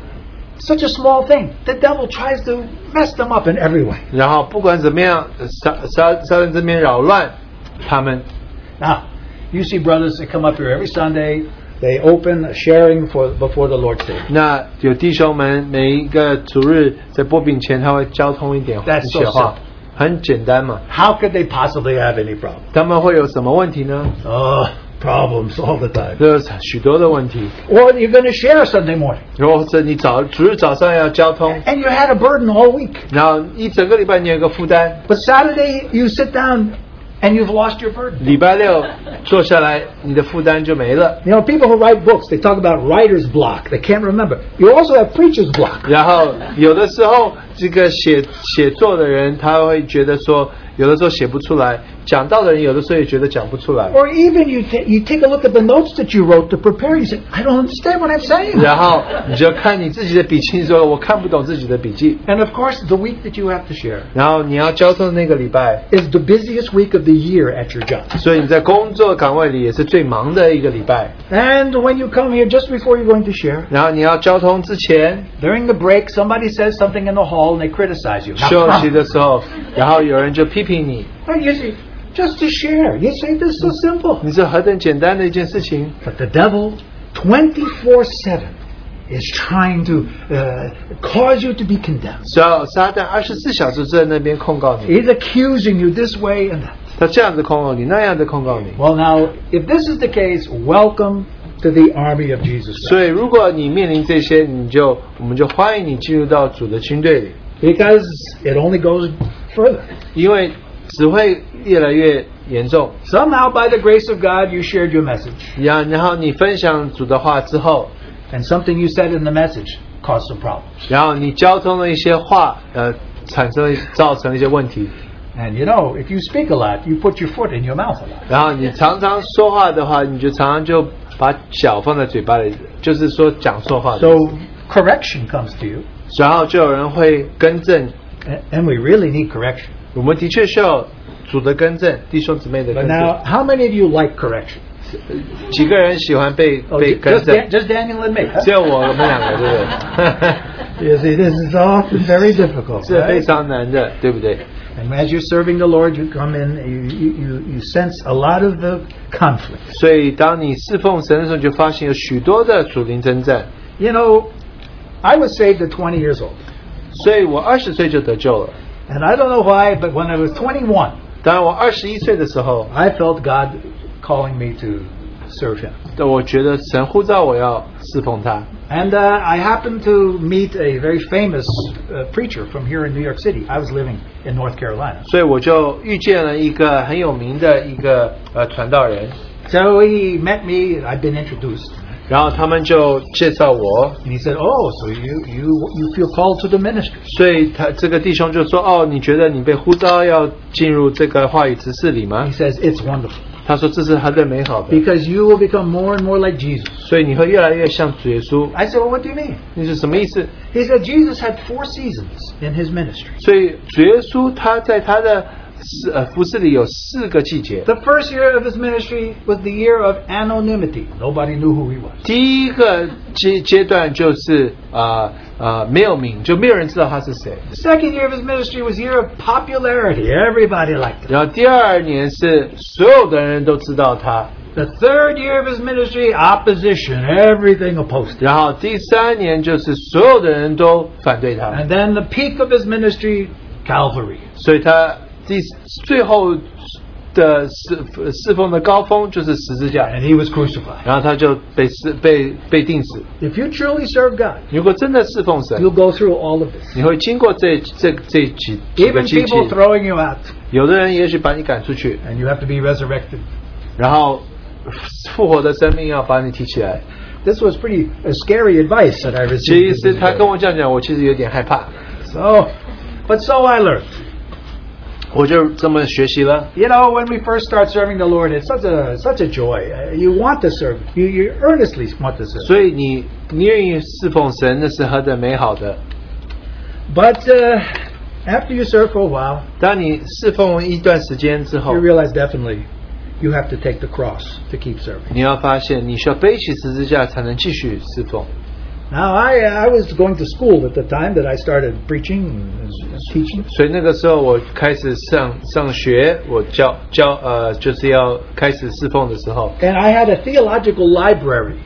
such a small thing, the devil tries to mess them up in every way.
然后不管怎么样，撒撒撒旦这边扰乱他们。
Now, you see brothers that come up here every Sunday, they open a sharing for before the Lord's table.
那有弟兄们每一个主日在剥饼前，他会交通一点
That's
一些
so
话，很简单嘛。
How could they possibly have any problem?
他们会有什么问题呢？
Oh, problems all the time.
这是许多的问题。
Or you're going to share Sunday morning.
如果是你早主日早上要交通，
and you had a burden all week.
然后一整个礼拜你有一个负担，
But Saturday you sit down and you've lost your burden.
礼拜六坐下来，你的负担就没了。
You know, people who write books, they talk about writer's block. They can't remember. You also have preacher's block.
然后有的时候，这个写写作的人他会觉得说，有的时候写不出来；讲道的人有的时候也觉得讲不出 来。
Or even you, ta you take a look at the notes that you wrote to prepare. You say, I don't understand what I'm saying.
然后你就看你自己的笔记，说我看不懂自己的笔记。
And of course, the week that you have to share
然后你要交通的那个礼拜，
is the busiest week of the year at your job.
所以你在工作岗位里也是最忙的一个礼拜。
And when you come here, just before you're going to share,
然后你要交通之前，
during the break, somebody says something in the hall and they criticize you.
休息的时候，然后有人就批评你，
But you see, just to share. You say this is so simple.
你是何等简单的一件事情。
But the devil, 24 7, is trying to uh, cause you to be condemned.
只要撒旦二十四小时在那边控告你，
He's accusing you this way and that.
他这样子控告你，那样子控告你。
Well, now, if this is the case, welcome to the army of Jesus
所以，如果你面临这些，你就我们就欢迎你进入到主的军队里，
Christ. Because it only goes further.
因为只会越来越严重。
Somehow, by the grace of God, you shared your message,
然然后你分享主的话之后，
and something you said in the message caused some problems.
然后你交通了一些话，呃，产生了造成了一些问题。
And you know, if you speak a lot, you put your foot in your mouth a lot.
然后你常常说话的话，你就常常就把脚放在嘴巴里，就是说讲错话的意思。
So correction comes to you.
然后就有人会更正。
A- And we really need correction.
我们的确需要主的更正，弟兄姊妹的
But
更
now,
正。
how many of you like correction?
几个人喜欢被
Oh,
被
ju-
更
just,
正
Dan-？just Daniel and me.
只有我们两个，对不对？
You see, this is all very difficult.
是
right?
非常难的，对不对？
And as you're serving the Lord, you come in, you, you, you, you sense a lot of the conflict.
所以当你侍奉神的时候，你就发现有许多的属灵征战。
You know, I was saved at 20 years old.
所以我二十岁就得救了。
And I don't know why, but when I was 21,
当然，我二十一岁的时候，
I felt God calling me to serve Him.
我觉得神呼召我要侍奉他。
And uh, I happened to meet a very famous uh, preacher from here in New York City. I was living in North Carolina.
所以我就遇见了一个很有名的一个呃传道人，
So he met me, and I'd been introduced.
然后他们就介绍我，
And he said, Oh, so you, you, you feel called to the ministry.
所以他这个弟兄就说：“哦，你觉得你被呼召要进入这个话语执事里
He
吗
says, It's wonderful.？”
他说：“这是很的美好的，
Because you will become more and more like Jesus.
所以你会越来越像主耶稣。
I said, Well, what do you mean? ”
那是什么意思？
He said, Jesus had four seasons in his ministry.
所以主耶稣他在他的四呃服饰里有四个季节。
The first year of his ministry was the year of anonymity. Nobody knew who he was.
第一个阶阶段就是啊啊没有名，就没有人知道他是谁。
The second year of his ministry was year of popularity. Everybody liked him.
然后第二年是所有的人都知道他，
The third year of his ministry, opposition. Everything opposed him.
然后第三年就是所有的人都反对他，
And then the peak of his ministry, Calvary.
所以他第最后的侍侍奉的高峰就是十字架，
And he was crucified.
然后他就被死被被定死。
If you truly serve God,
如果真的侍奉神，
you'll go through all of this.
你会经过这这这几几个
Even
季节，
people throwing you out,
有的人也许把你赶出去，
and you have to be resurrected.
然后复活的生命要把你提起来。
This was pretty uh, scary advice that I
其
received.
实他跟我这样讲，我其实有点害怕，
So, but so I learned.
我就这么学习了。
You know, when we first start serving the Lord, it's such a such a joy. Uh, You want to serve. You you earnestly want to serve.
所以你你愿意侍奉神，那是何等美好的！
But uh, after you serve for a while,
当你侍奉一段时间之后
you，realize definitely you have to take the cross to keep serving.
你要发现你需要背起十字架才能继续侍奉。
Now, I I was going to school at the time that I started preaching and and teaching.
所以那个时候我开始上上学，我教教呃就是要开始侍奉的时候，
And I had a theological library.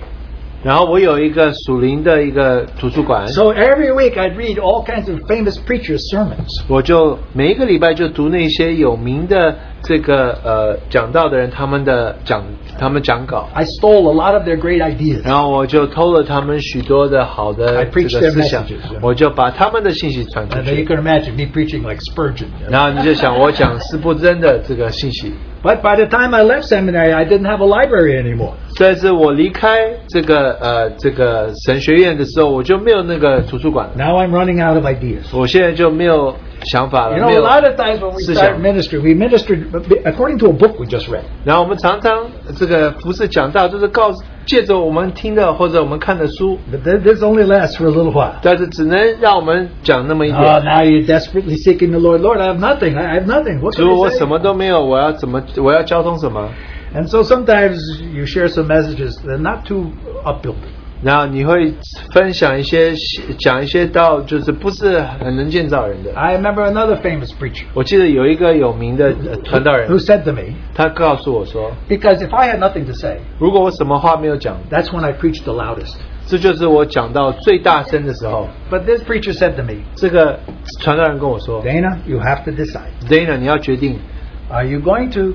然后我有一个属灵的一个图书馆，
So every week I'd read all kinds of famous preachers' sermons.
我就每一个礼拜就读那些有名的这个呃讲道的人他们的讲他们讲稿，
I stole a lot of their great ideas.
然后我就偷了他们许多的好
I
的这
preach
个
their
思想
messages，yeah，
我就把他们的信息传出
And then Uh, you
去。
can imagine me preaching like Spurgeon.
然后你就想，我讲斯布真的这个信息，
But by the time I left seminary, I didn't have a library anymore.
但是我离开这个呃这个神学院的时候，我就没有那个图书馆了。
Now I'm running out of ideas.
我现在就没有想法
You
了，
know,
没
a
有。
lot of times when we
Sit
start
down.
ministry, we ministered according to a book we just read.
然后我们常常这个服饰讲道，就是告诉借着我们听的或者我们看的书，
But th- this only lasts for a little while.
但是只能让我们讲那么一
Oh,
点。
now you're desperately seeking the Lord. Lord, I have nothing. I I have nothing. What
如
can
果我
I
什
say?
么都没有，我要怎么我要交通什么？
And so sometimes you share some messages that are not too upbuilding.
然后你会分享一些讲一些道，就是不是很能见到人的。
I remember another famous preacher
我记得有一个有名的呃传道人
who，said to me,
他告诉我说，
because if I had nothing to say,
如果我什么话没有讲，
that's when I preached the loudest.
这就是我讲到最大声的时候。
But this preacher said to me,
这个传道人跟我说
Dana, you have to decide.
，Dana，你要决定，
Are you going to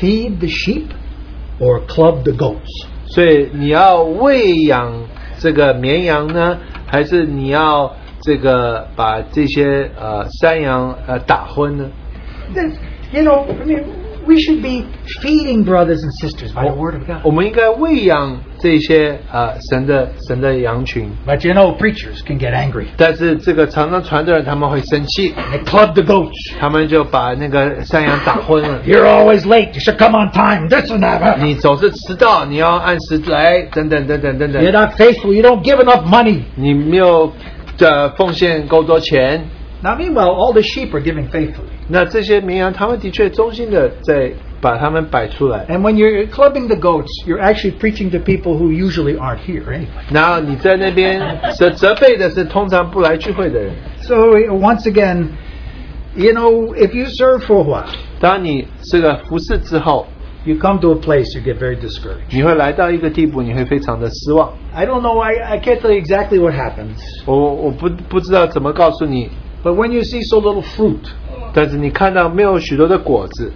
feed the sheep or club the goats?
所以你要喂养这个绵羊呢，还是你要这个把这些呃山羊呃打昏呢？
This, you know, I mean, We should be feeding brothers and sisters by the Word of
我
God.
们应该喂养这些啊、呃神的神的羊群。
But you know, preachers can get angry.
但是这个常常传的人他们会生气，
They club the goats.
他们就把那个山羊打昏了。
You're always late. You should come on time. This and that.
你总是迟到，你要按时来，等等等等等
You're
等。
not faithful. You don't give enough money.
你没有呃奉献够多钱，
Now, meanwhile, all the sheep are giving faithfully.
那这些绵羊他们的确忠心的在把他们摆出来。
And when you're clubbing the goats, you're actually preaching to people who usually aren't here anyway.
然后你在那边责责备的是通常不来聚会的人。
So, once again, you know, if you serve for a while,
当你这个服侍之后，
you come to a place you get very discouraged.
你会来到一个地步，你会非常的失望。
I don't know, I, I can't tell you exactly what happens,
我我不不知道怎么告诉你，
but when you see so little fruit,
但是你看到没有许多的果子，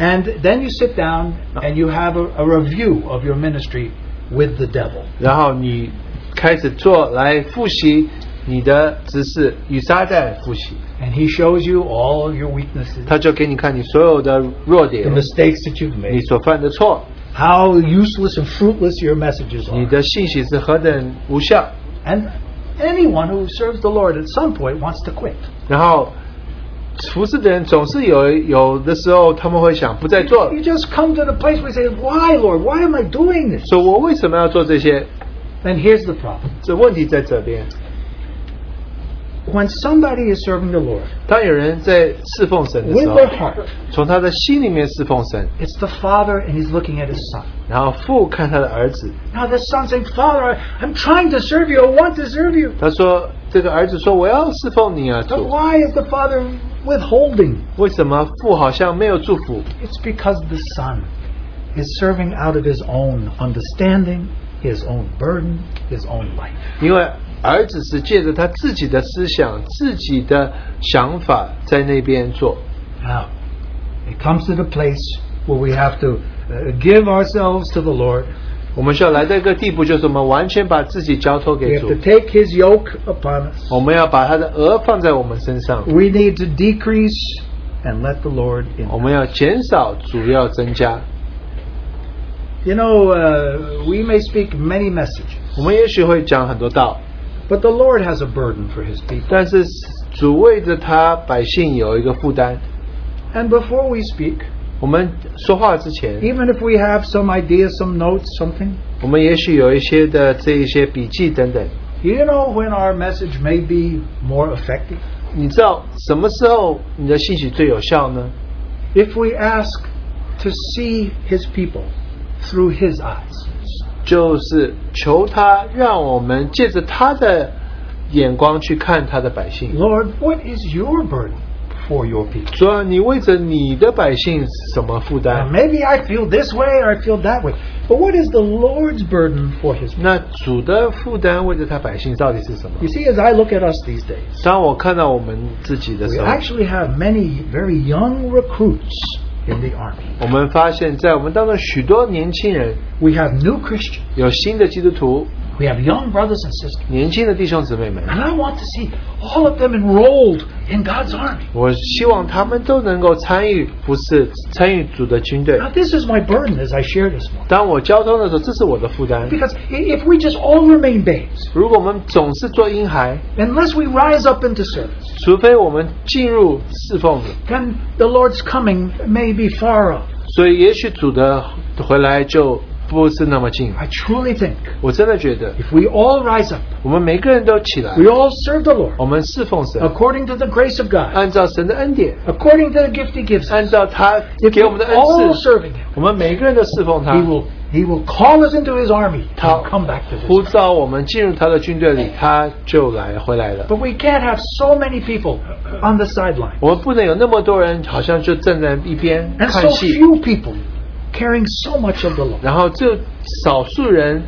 and then you sit down and you have a, a review of your ministry with the devil.
然后你开始做来复习你的知识，与撒旦复习，
And he shows you all your weaknesses,
他就给你看你所有的弱
the
点，
mistakes that you've
你
made,
所犯的错，
how useless and fruitless your messages
你
are.
的信息是何等无效。
And anyone who serves the Lord at some point wants to quit.
然后服侍的人总是有有的时候他们会想不再做了
You，just come to the place where you say, Why, Lord? Why am I doing this?
说我为什么要做这些？
Then here's the problem.
这问题在这边。
When somebody is serving the Lord
当有人在侍奉神的
with
时候，
their heart,
从他的心里面侍奉神，
it's the Father and He's looking at His Son.
然后父看他的儿子，
Now the Son saying, Father, I- I'm trying to serve you. I want to serve you.
他说：“这个儿子说我要侍奉你啊，
But
主，
why is the Father withholding?
为什么父好像没有祝福？
It's because the Son is serving out of His own understanding, His own burden, His own life.
因为儿子是借着他自己的思想、自己的想法在那边做。
Now, it comes to the place where we have to uh, give ourselves to the Lord.
我们需要来到一个地步，就是我们完全把自己交托
We
给
have
主，
to take His yoke upon us.
我们要把他的额放在我们身上，
We need to decrease and let the Lord in.
我们要减少，主要增加。
You know, uh, we may speak many messages,
我们也许会讲很多道，
but the Lord has a burden for His people.
但是主为着他百姓有一个负担。
And before we speak,
我们说话之前，
even if we have some ideas, some notes, something,
我们也许有一些的这一些笔记等等。
you know when our message may be more effective?
你知道什么时候你的信息最有效呢？
If we ask to see His people through His eyes.
就是求他让我们借着他的眼光去看他的百姓。
Lord, what is your burden for your people?
主要你为着你的百姓是什么负
Now,
担？
maybe I feel this way or I feel that way. But what is the Lord's burden for his people?
那主的负担为着他百姓到底是什么
You？see, as I look at us these days,
当我看到我们自己的
we
时候，
actually have many very young recruits in the army.
我们发现，在我们当中许多年轻人
We have new Christians.
有新的基督徒，
We have young brothers and sisters.
年轻的弟兄姊妹们，
And I want to see all of them enrolled in God's army.
我希望他们都能够参与服侍，参与主的军队。
Now, this is my burden as I share this morning.
当我交通的时候，这是我的负担。
Because i- if we just all remain babes,
如果我们总是做婴孩，
unless we rise up into service,
除非我们进入侍奉，
then the Lord's coming may be far off.
所以也许主的回来就不是那么近。
I truly think
我真的觉得，
if we all rise up,
我们每个人都起来，
we all serve the Lord
我们侍奉神，
according to the grace of God,
按照神的恩典，
according to the gift He gives. us.
按照他
If
给
we
我们的
all
恩赐，
serving Him,
我们每个人都侍奉
He
他。
will He will call us into His army
他
and come back to this.
呼召我们进入他的军队里，他就来回来了。
But we can't have so many people on the sideline
我们不能有那么多人，好像就站在一边
and
看
so
戏，
few people carrying so much of the Lord.
然后就少数人，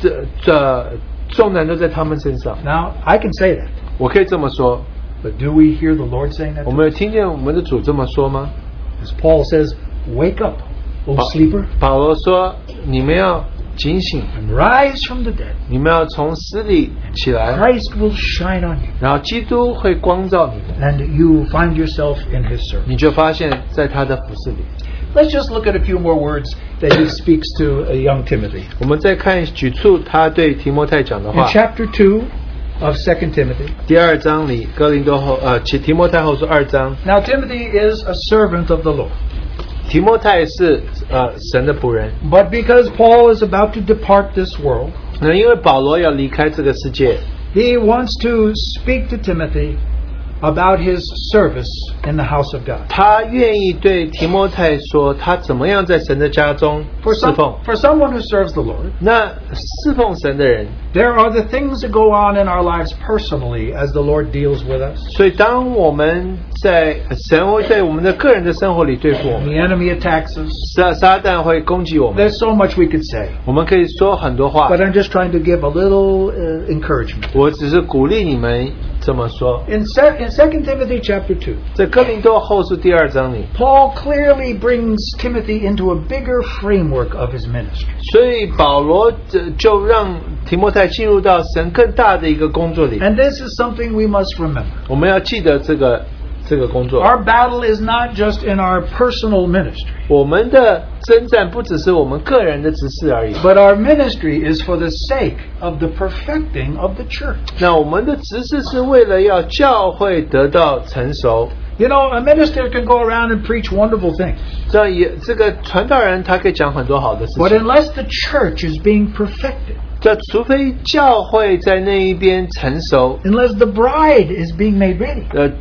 这这重担都在他们身上。
Now I can say that,
我可以这么说，
but do we hear the Lord saying that?
我
to
们有听见我们的主这么说吗？
us? As Paul says, "Wake up, O
Pa-
sleeper."
保罗说：“你们要警醒，
and rise from the dead.
你们要从死里起来，
Christ will shine on you,
然后基督会光照你们，
and you will find yourself in His service.
你就发现在他的服饰里。
Let's just look at a few more words that He speaks to uh, young Timothy.
我们再看举处他对提摩太讲的
In
话，
chapter 2 of 2 Timothy,
第二章里哥林多后呃提提摩太后书二章，
now Timothy is a servant of the Lord.
提摩太是呃神的仆人。
But because Paul is about to depart this world,
那因为保罗要离开这个世界，
he wants to speak to Timothy about his service in the house of God.
他愿意对提摩太说，他怎么样在神的家中
For,
侍
some,
奉。
for someone who serves the Lord,
那侍奉神的人，
there are the things that go on in our lives personally as the Lord deals with us.
所以当我们在神会在我们的个人的生活里对付我们，
The enemy attacks us.
撒撒旦会攻击我们。
There's so much we could say,
我们可以说很多话
but，I'm just trying to give a little uh, encouragement.
我只是鼓励你们这么说。
In, se- in 2 Timothy chapter 2,
在哥林多后书第二章里，
Paul clearly brings Timothy into a bigger framework of his ministry.
所以保罗这就让提摩太进入到神更大的一个工作里。
And this is something we must remember.
我们要记得这个这个工作。
Our battle is not just in our personal ministry,
我们的征战不只是我们个人的职事而已，
but our ministry is for the sake of the perfecting of the church.
那我们的职事是为了要教会得到成熟。
You know, a minister can go around and preach wonderful things,
这也这个传道人他可以讲很多好的事
but
情，
unless the church is being perfected,
这除非教会在那一边成熟，
unless the bride is being made ready,
呃，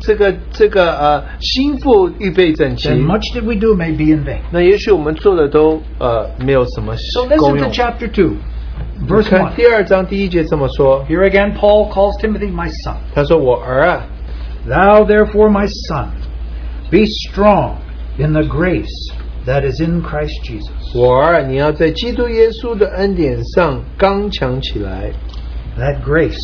这个这个呃心腹预备整齐，
then much that we do may be in vain.
那也许我们做的都呃没有什么
So
功
listen
用
to。chapter 2, verse
看
1.
第二章第一节这么说，
Here again, Paul calls Timothy, my son.
他说：“我儿啊，
Thou therefore, my son, be strong in the grace that is in Christ Jesus.
我儿，你要在基督耶稣的恩典上刚强起来。
That grace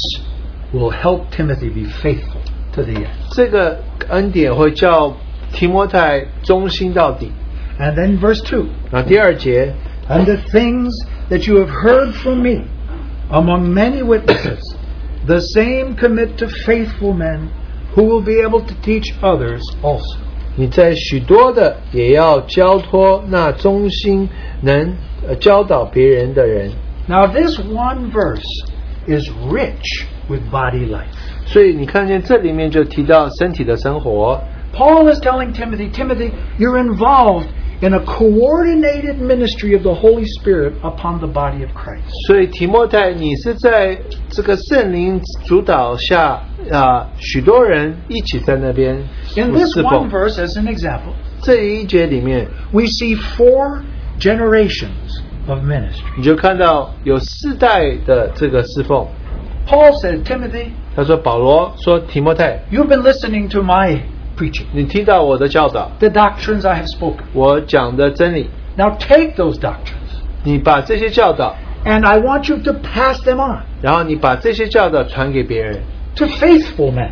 will help Timothy be faithful to the end.
这个恩典会叫提摩太忠心到底。
And then verse 2
然后第二节，
And the things that you have heard from me among many witnesses, the same commit to faithful men who will be able to teach others also.
你在许多的也要交托那忠心能呃教导别人的人。
Now, this one verse is rich with body life.
所以你看见这里面就提到身体的生活，
Paul is telling Timothy, Timothy, you're involved in a coordinated ministry of the Holy Spirit upon the body of Christ.
所以提摩太，你是在这个圣灵主导下啊、许多人一起在那边
In this
侍
one
奉。
verse, as an example,
这一节里面，
we see four generations of ministry.
你就看到有四代的这个侍奉。
Paul said, Timothy,
他说：“保罗说提摩太，
you've been listening to my preaching,
你听到我的教导，
the doctrines I have spoken.
我讲的真理，
Now take those doctrines,
你把这些教导，
and I want you to pass them on
然后你把这些教导传给别人，
to faithful men.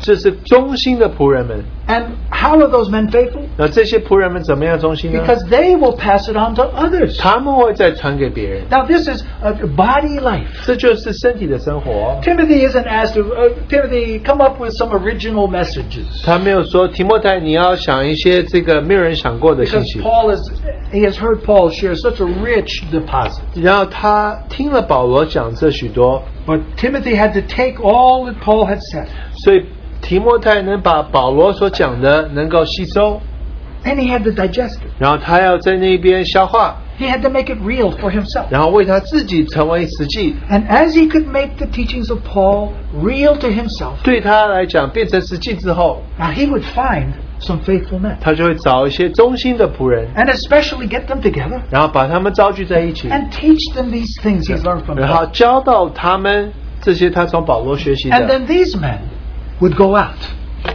这是忠心的仆人们。
And how are those men faithful?
那这些仆人们怎么样忠心呢？
Because they will pass it on to others.
他们会再传给别人，
Now, this is a body life.
这就是身体的生活。
Timothy isn't asked to, uh, Timothy, come up with some original messages.
他没有说提摩太，你要想一些这个没有人想过的信
Because
息。
Paul is, he has heard Paul share such a rich deposit.
然后他听了保罗讲这许多，
But Timothy had to take all that Paul had said,
所以提摩太能把保罗所讲的能够吸收，
and he had to digest it.
然后他要在那边消化，
He had to make it real for himself.
然后为他自己成为实际，
And as he could make the teachings of Paul real to himself,
对他来讲变成实际之后，
now he would find some faithful men,
他就会找一些忠心的仆人，
and especially get them together
然后把他们招聚在一起，
and teach them these things he's learned from
然后
Paul.
教导他们这些他从保罗学习
And
的，
then these men would go out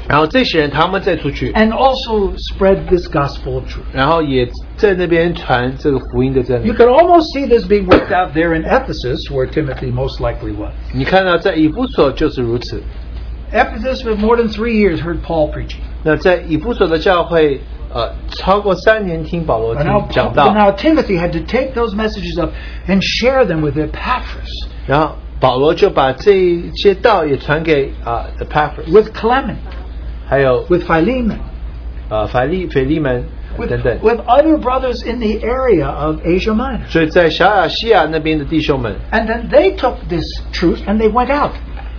然后这些人他们再出去，
and also spread this gospel of truth.
然后也在那边传这个福音的真
You
理。
can almost see this being worked out there in Ephesus, where Timothy most likely was.
你看到在以弗所就是如此，
Ephesus, for more than three years, heard Paul preaching.
那在以弗所的教会，呃超过三年听保罗
But
听
now,
讲
but
道，
now Timothy had to take those messages up and share them with Epaphras,
然后保罗就把这些道也传给啊 e p a p h r a s
with Clement,
还有
with Philemon,
呃法利腓利门
with,
等等。
with other brothers in the area of Asia Minor.
所以在小亚细亚那边的弟兄们，
And then they took this truth and they went out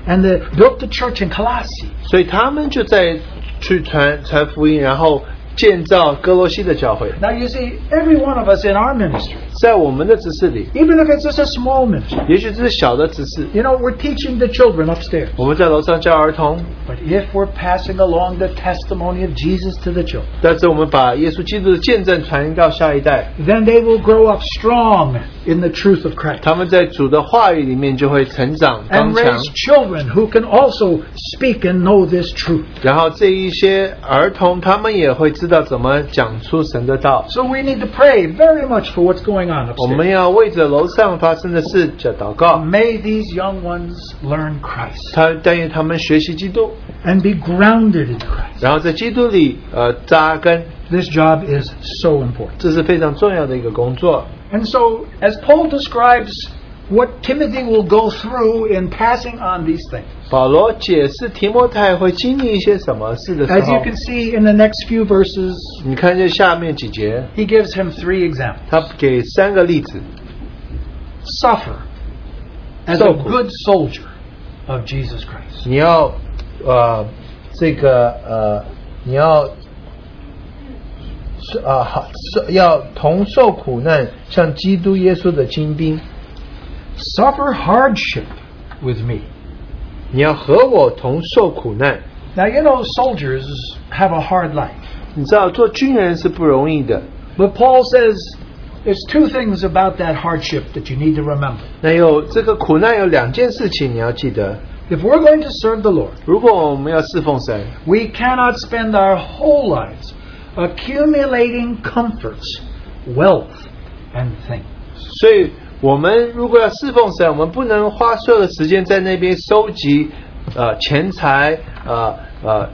and they built the church in Colossae.
所以他们就在去传传福音，然后建造哥罗西的教会。
Now you see, every one of us in our ministry,
在我们的指示里，
even if it's just a small ministry,
也许这是小的指示，
you know, we're teaching the children upstairs.
我们在楼上教儿童，
But if we're passing along the testimony of Jesus to the children,
但是我们把耶稣基督的见证传到下一代，
then they will grow up strong in the truth of Christ.
他们在主的话语里面就会成长刚
And
强
raise，children who can also speak and know this truth.
然后这一些儿童他们也会知道怎么讲出神的道。
So we need to pray very much for what's going on
我们
upstairs.
要为着楼上发生的事叫祷告，
May these young ones learn Christ
他但愿他们学习基督，
and be grounded in Christ.
然后在基督里呃扎根，
This job is so important.
这是非常重要的一个工作。
And so, as Paul describes what Timothy will go through in passing on these things,
保罗解释提摩太会经历一些什么事的时
as you
候，
can see in the next few verses,
你看这下面几节，
he gives him three examples
他给三个例子：
suffer as a
受苦。
good soldier of Jesus Christ,
你要呃这个呃你要是啊好是要同受苦难，像基督耶稣的精兵，
suffer hardship with me.
你要和我同受苦难。
Now, you know, soldiers have a hard life,
你知道做军人是不容易的，
but Paul says there's two things about that hardship that you need to remember.
那有这个苦难有两件事情你要记得。
If we're going to serve the Lord,
如果我们要侍奉神，
We cannot spend our whole lives accumulating comforts, wealth, and things.
所以我们如果要侍奉神，我们不能花所有的时间在那边收集呃钱财，呃呃呃，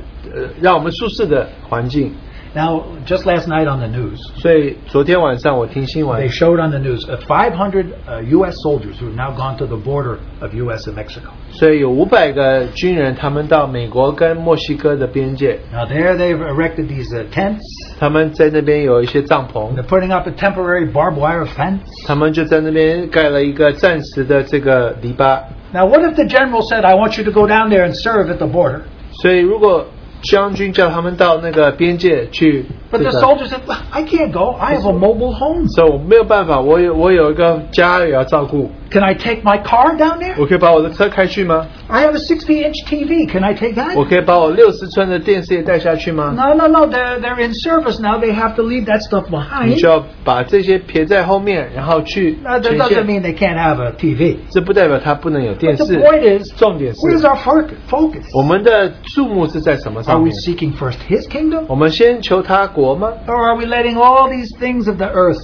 让我们舒适的环境。
Now, just last night on the news,
所以昨天晚上我听新
they
闻，
showed on the news uh, 500 uh, U.S. soldiers who have now gone to the border of U.S. and Mexico.
所以有五百个军人他们到美国跟墨西哥的边界，
Now, there they've erected these uh, tents.
他们在那边有一些帐篷
and，They're putting up a temporary barbed wire fence.
他们就在那边盖了一个暂时的这个篱笆。
Now, what if the general said, I want you to go down there and serve at the border?
所以如果将军叫他们到那个边界去，
But
这
the
个
soldier said, "Well, I can't go. I have a mobile home.
所以我没有办法，我有我有一个家也要照顾，
Can I take my car down there?
我可以把我的车开去吗？
I have a 60 inch TV. Can I take that?
我可以把我六十寸的电视也带下去吗？
No, no, no. They're, they're in service now. They have to leave that stuff
你
behind.
就要把这些撇在后面，然后去
Now,
呈
that doesn't
现。
mean they can't have a TV.
这不代表它不能有电
But
视
the。point is,
重点是，
where's our fo- focus?
我们的注目是在什么
Are
上
we
面？
seeking first His kingdom?
我们先求他国吗？
Or are we letting all these things of the earth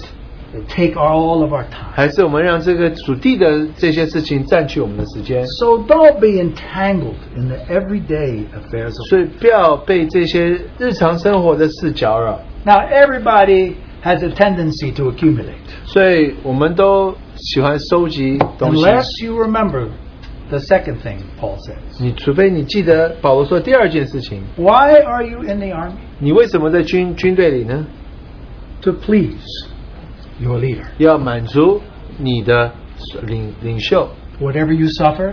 take all of our time?
还是我们让这个属地的这些事情占据我们的时间？
So don't be entangled in the everyday affairs of
所以不要被这些日常生活的事搅扰。
Now, everybody has a tendency to accumulate.
所以我们都喜欢收集东西。
Unless you remember the second thing Paul says.
你除非你记得保罗说第二件事情，
Why are you in the army?
你为什么在军军队里呢？
To please your leader.
要满足你的领领袖，
Whatever you suffer,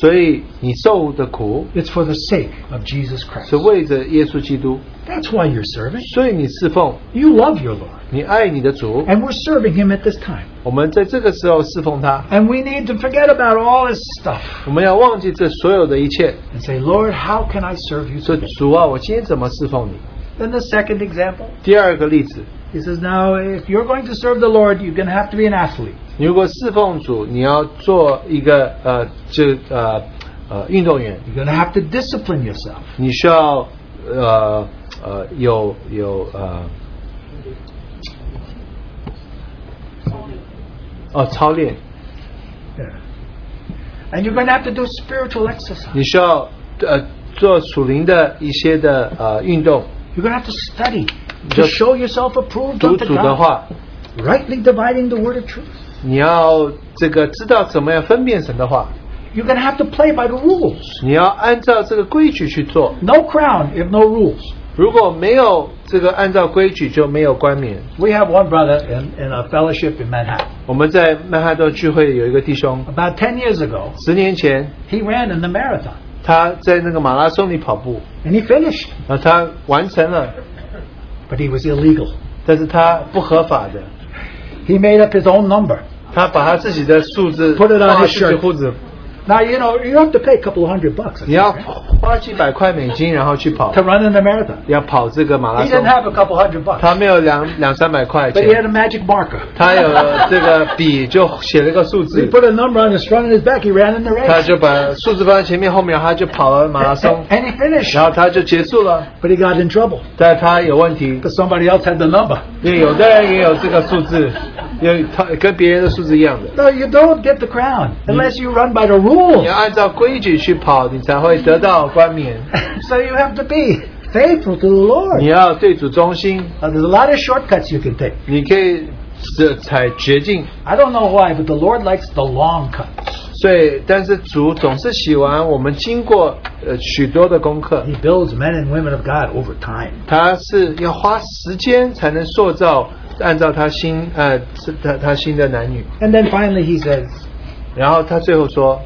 所以你受的苦
it's for the sake of Jesus Christ.
是为着耶稣基督，
That's why you're serving.
所以你侍奉，
You love your Lord.
你爱你的主。
And we're serving Him at this time.
我们在这个时候侍奉他，
And we need to forget about all this stuff
我们要忘记这所有的一切，
and say, Lord, how can I serve you
说
today?
主啊，我今天怎么侍奉你？
Then the second example,
第二个例子，
he says, now if you're going to serve the Lord, you're going to have to be an athlete.
你如果侍奉主，你要做一个呃，这呃呃运动员，
You're going to have to discipline yourself.
你需要呃呃有有呃哦操练，
Yeah. And you're going to have to do spiritual exercise.
你需要呃做属灵的一些的呃运动，呃
You're going to have to study to show yourself approved
读
unto
主的
God,
话，
rightly dividing the word of truth.
你要这个知道怎么样分辨神的话，
You're going to have to play by the rules.
你要按照这个规矩去做。
No crown if no rules.
如果没有这个按照规矩，就没有冠冕。
We have one brother in, in a fellowship in Manhattan.
我们在曼哈顿聚会有一个弟兄，
About 10 years ago,
十年前
he ran in the marathon
他在那个马拉松里跑步，
and he finished,
然后他完成了，
but he was illegal.
但是他不合法的，
He made up his own number.
他把他自己的数字
Put it on
放到
his
自己
shirt
裤子，
Now, you know, you have to pay a couple of hundred bucks
你要花几百块美金，然后去跑
to，run in the marathon.
要跑这个马
He
拉
didn't
松，
have a couple hundred bucks,
他没有两两三百 块
but he had
钱，
a magic marker.
他有这个笔就写了个数
He
字，
put a number on his front and his back. He ran in the
他
race.
就把数字放在前面，后面他就跑了马拉松
And,，and he finished,
然后他就结束了，
but he got in trouble
但他有问题，
because somebody else had the number.
因为有的人也有这个数字，有他跟别人的数字一样的。
No, you don't get the crown unless you run by the rules.
你要按照规矩去跑，你才会得到冠冕。
so you have to be faithful to the Lord.
你要对主忠心，
Now, there's a lot of shortcuts you can take.
你可以这踩捷径。
I don't know why, but the Lord likes the long cuts.
所以，但是主总是喜欢我们经过呃许多的功课，
He builds men and women of God over time.
他是要花时间才能塑造按照他心呃是他他心的男女。
And then finally, he says,
然后他最后说，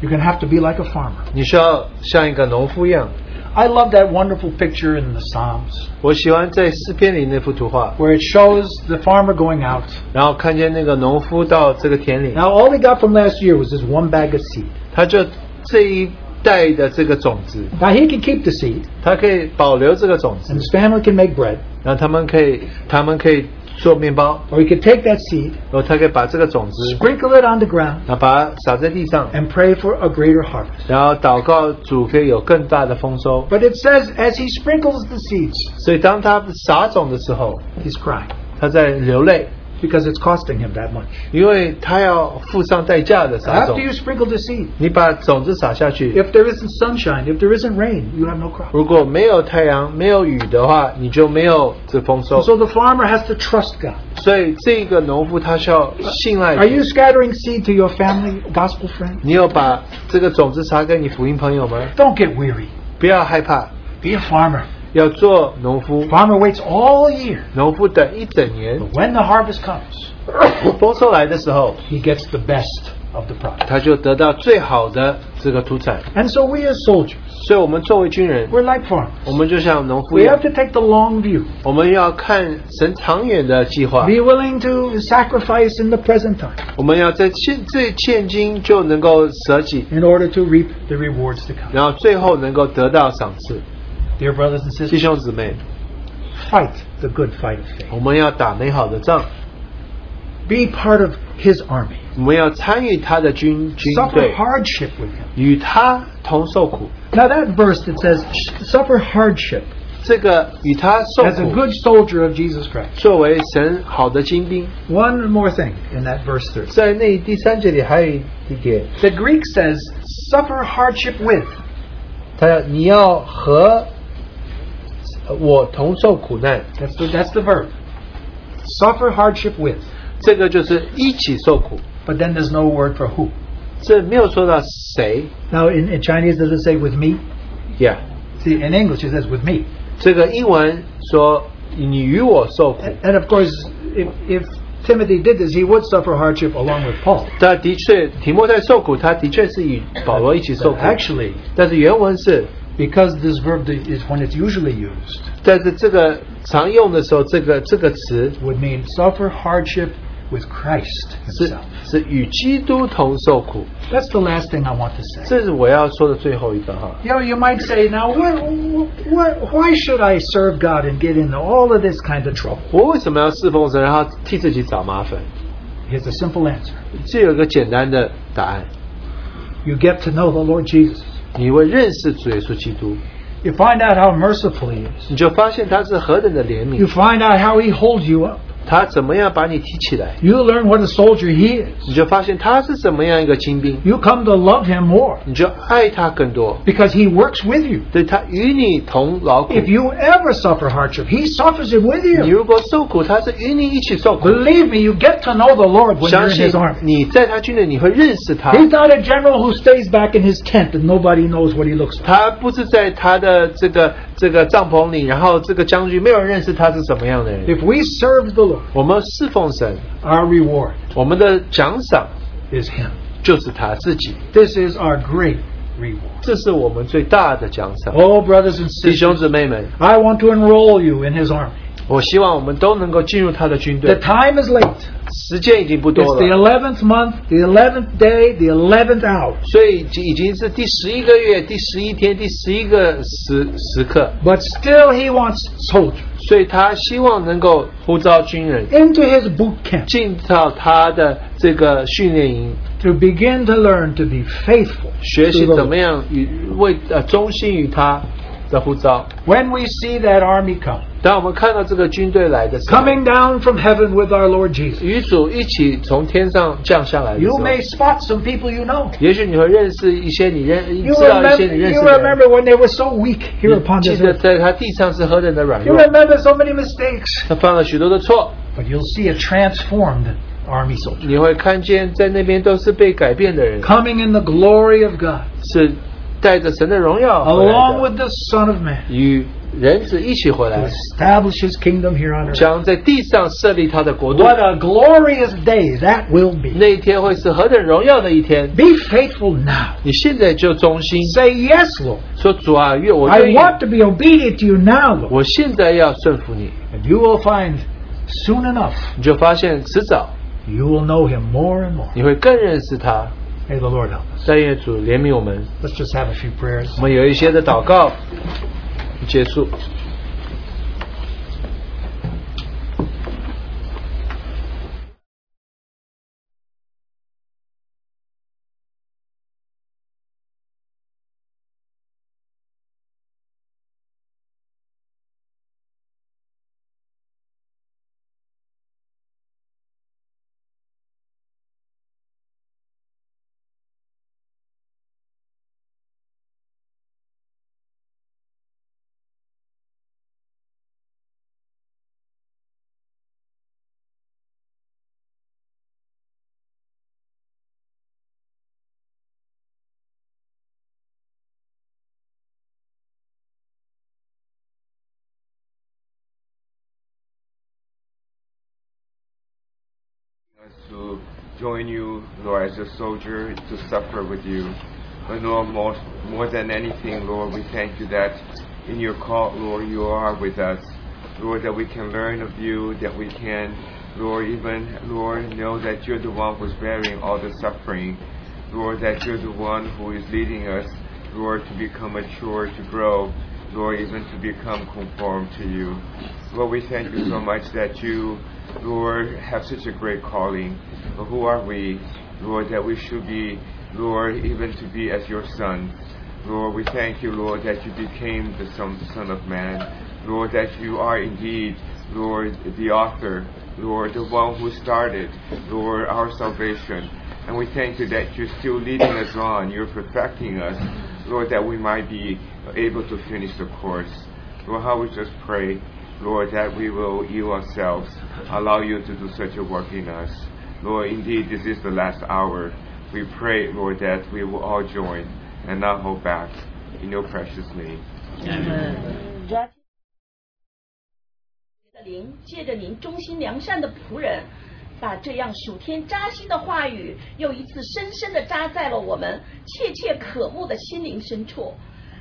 You're going to have to be like a farmer.
你需要像一个农夫一样。
I love that wonderful picture in the Psalms
我喜欢在诗篇里那幅图画，
where it shows the farmer going out.
然后看见那个农夫到这个田里，
Now, all he got from last year was this one bag of seed.
他就这一代的这个种子，
Now, he can keep the seed,
他可以保留这个种子
and，his family can make bread,
然后他们可以，他们可以做面包，
or he could take that seed,
然后他可以把这个种子，
sprinkle it on the ground,
然后把它撒在地上，
and pray for a greater harvest.
然后祷告主可以有更大的丰收。
But it says, as he sprinkles the seeds,
所以当他撒种的时候，
he's crying
他在流泪，
because it's costing him that much.
因为他要付上代价的撒
After
种。
you sprinkle the seed,
你把种子撒下去，
if there isn't sunshine, if there isn't rain, you have no crop.
如果没有太阳、没有雨的话，你就没有这丰收。
So the farmer has to trust God.
所以这个农夫他需要信赖
Are
主
you。scattering seed to your family, gospel friends?
你有把这个种子撒给你福音朋友吗？
Don't get weary.
不要害怕，
Be a farmer.
要做农夫
The。farmer waits all year,
农夫等一整年，
but when the harvest comes,
丰收来的时候，
he gets the best of the product.
他就得到最好的这个土产。
And so we as soldiers,
所以，我们作为军人，
we're like farmers.
我们就像农夫一
We
样
have，to take the long view.
我们要看神长远的计划。
Be willing to sacrifice in the present time
我们要在现最现今就能够舍己，
in order to reap the rewards to come.
然后最后能够得到赏赐。
Dear brothers and
弟
sisters,
兄姊妹，
fight the good fight of faith.
我们要打美好的仗，
Be part of his army.
我们要参与他的军军
Suffer
队，
hardship with him.
与他同受苦。
Now that verse that says, "Suffer hardship
这个与他受
as a
苦，
good soldier of Jesus Christ."
作为神好的精兵。
One more thing in that verse 30.
在那第三节里还有一点，
The Greek says, "Suffer hardship with."
他你要和我同受苦难，
That's the that's the verb. Suffer hardship with.
这个就是一起受苦。
But then there's no word for who.
这没有说到谁
Now in, in Chinese does it say with me?
，Yeah，
See, in English it says with me.
这个英文说你与我受苦，
And, and of course, if, if Timothy did this, he would suffer hardship along with Paul.
他的确提莫在受苦，他的确是与保罗一起受
So
苦。
actually,
但是原文是，
because this verb is when it's usually used,
但是这个常用的时候，这个这个词
would mean suffer hardship with Christ
是
himself.
是与基督同受苦，
That's the last thing I want to say.
这是我要说的最后一个哈。
You know, you might say, now, what, what, why should I serve God and get into all of this kind of trouble?
我为什么要侍奉神，然后替自己找麻烦？
Here's a simple answer.
这有一个简单的答案：
You get to know the Lord Jesus.
你会认识主耶稣基督，
You find out how merciful He is.
你就发现他是何等的怜悯
You，find out how He holds you up.
他怎么样把你提起来，
You learn what a soldier he is.
你就发现他是怎么样一个精兵，
You come to love him more
你就爱他更多，
because he works with you.
对他与你同劳苦。
If you ever suffer hardship, he suffers it with
你
you.
如果受苦，他是与你一起受苦。
Believe me, you get to know the Lord when
相
you're in
信
his army.
你在他军队，你会认识他。
He's not a general who stays back in his tent and nobody knows what he looks like.
他不是在他的这个这个帐篷里，然后这个将军没有人认识他是什么样的人。
If we serve the Lord,
我们侍奉神，
our reward
我们的奖赏
is him.
就是他自己，
This is our great reward.
这是我们最大的奖赏。
Oh, brothers and
弟
sisters,
兄姊妹们，
I want to enroll you in his army.
我希望我们都能够进入他的军
The
队。
time is late.
时间已经不
It's the
多了，
11th month, the 11th day, the 11th hour.
所以已经已经是第十一个月、第十一天、第十一个时时刻，
But still, he wants soldiers
所以他希望能够呼召军人
into his boot camp
进到他的这个训练营，
to begin to learn to be faithful.
学
to
习
the
怎么
Lord.
样与为呃忠心于他的呼召。
When we see that army come,
当我们看到这个军队来的时候，
coming down from heaven with our Lord Jesus,
与主一起从天上降下来的时
you
候，
may spot some people you know.
也许你会认识一些你认
You
知道一
remember,
些你认识
you
的人。
remember when they were so weak here
你
upon
记
this
得
earth.
在他地上是何等的软
You
弱，
remember so many mistakes.
他犯了许多的错，
But you'll see a transformed army soldier
你会看见在那边都是被改变的人，
coming in the glory of God
是带着神的荣耀回来的
along with the Son of Man
与人子一起回
to
来，
establish his kingdom here on earth.
将在地上设立他的国度。
What a glorious day that will be.
那一天会是何等荣耀的一天！
Be faithful now.
你现在就忠心
Say, Yes, Lord.
说主啊，愿我
I
愿意，
want to be obedient to you now, Lord.
我现在要顺服你，
And you will find soon enough,
你就发现迟早
you will know him more and more.
你会更认识他。
May the Lord help us.
但愿主怜悯我们。
Let's just have a few prayers.
我们有一些的祷告结束。
us to join you, Lord, as a soldier to suffer with you. But Lord, more, more than anything, Lord, we thank you that in your call, Lord, you are with us. Lord, that we can learn of you, that we can, Lord, even, Lord, know that you're the one who's bearing all the suffering. Lord, that you're the one who is leading us, Lord, to become mature, to grow, Lord, even to become conformed to you. Lord, we thank you so much that you, Lord, have such a great calling. But who are we, Lord, that we should be, Lord, even to be as your sons? Lord, we thank you, Lord, that you became the Son, son of Man. Lord, that you are indeed, Lord, the author, Lord, the one who started, Lord, our salvation. And we thank you that you're still leading us on. You're perfecting us, Lord, that we might be able to finish the course. Lord, how we just pray, Lord, that we will you ourselves allow you to do such a work in us. Lord, indeed, this is the last hour. We pray, Lord, that we will all join and not hold back. In your precious name.
主要的灵借着您忠心良善的仆人，把这样属天扎心的话语，又一次深深的扎在了我们切切渴慕的心灵深处。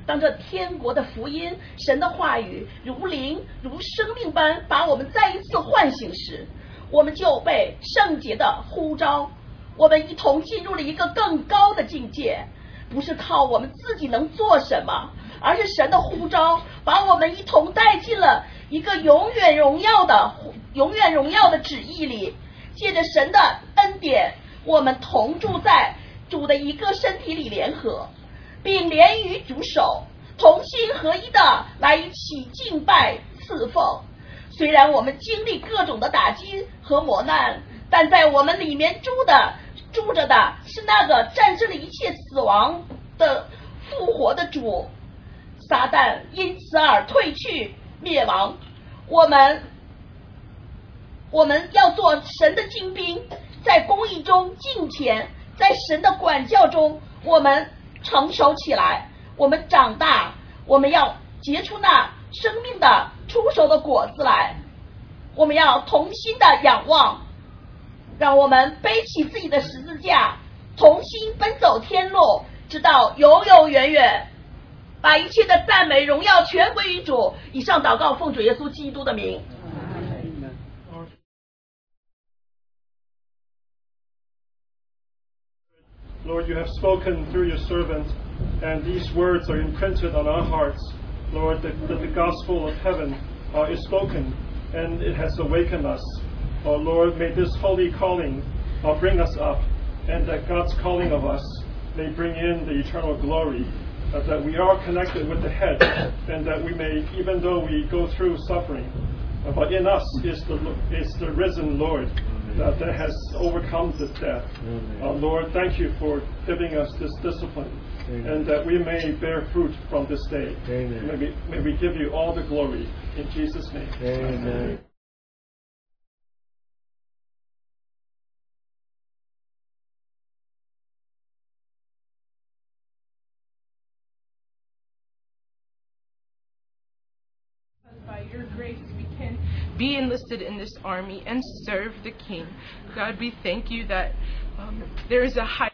当这天国的福音、神的话语如灵如生命般把我们再一次唤醒时，我们就被圣洁的呼召，我们一同进入了一个更高的境界。不是靠我们自己能做什么，而是神的呼召把我们一同带进了一个永远荣耀的、永远荣耀的旨意里。借着神的恩典，我们同住在主的一个身体里联合，并联于主手，同心合一的来一起敬拜侍奉。虽然我们经历各种的打击和磨难，但在我们里面住的住着的是那个战胜了一切死亡的复活的主。撒旦因此而退去灭亡。我们我们要做神的精兵，在公义中敬虔，在神的管教中，我们成熟起来，我们长大，我们要结出那生命的出熟的果子来。我们要同心的仰望，让我们背起自己的十字架，同心奔走天路，直到永永远远。把一切的赞美、荣耀全归于主。以上祷告奉主耶稣基督的名。
Lord, you have spoken through your servant, and these words are imprinted on our hearts. Lord, that, that the gospel of heaven uh, is spoken, and it has awakened us. Oh Lord, may this holy calling uh, bring us up, and that God's calling of us may bring in the eternal glory. uh, that we are connected with the head, and that we may, even though we go through suffering, uh, but in us is the is the risen Lord that, that has overcome the death. Uh, Lord, thank you for giving us this discipline, and that we may bear fruit from this day.
Amen.
May, we, may we give you all the glory in Jesus' name.
Amen.
By your grace, we can be enlisted in this army and serve the King. God, we thank you that um, there is a high.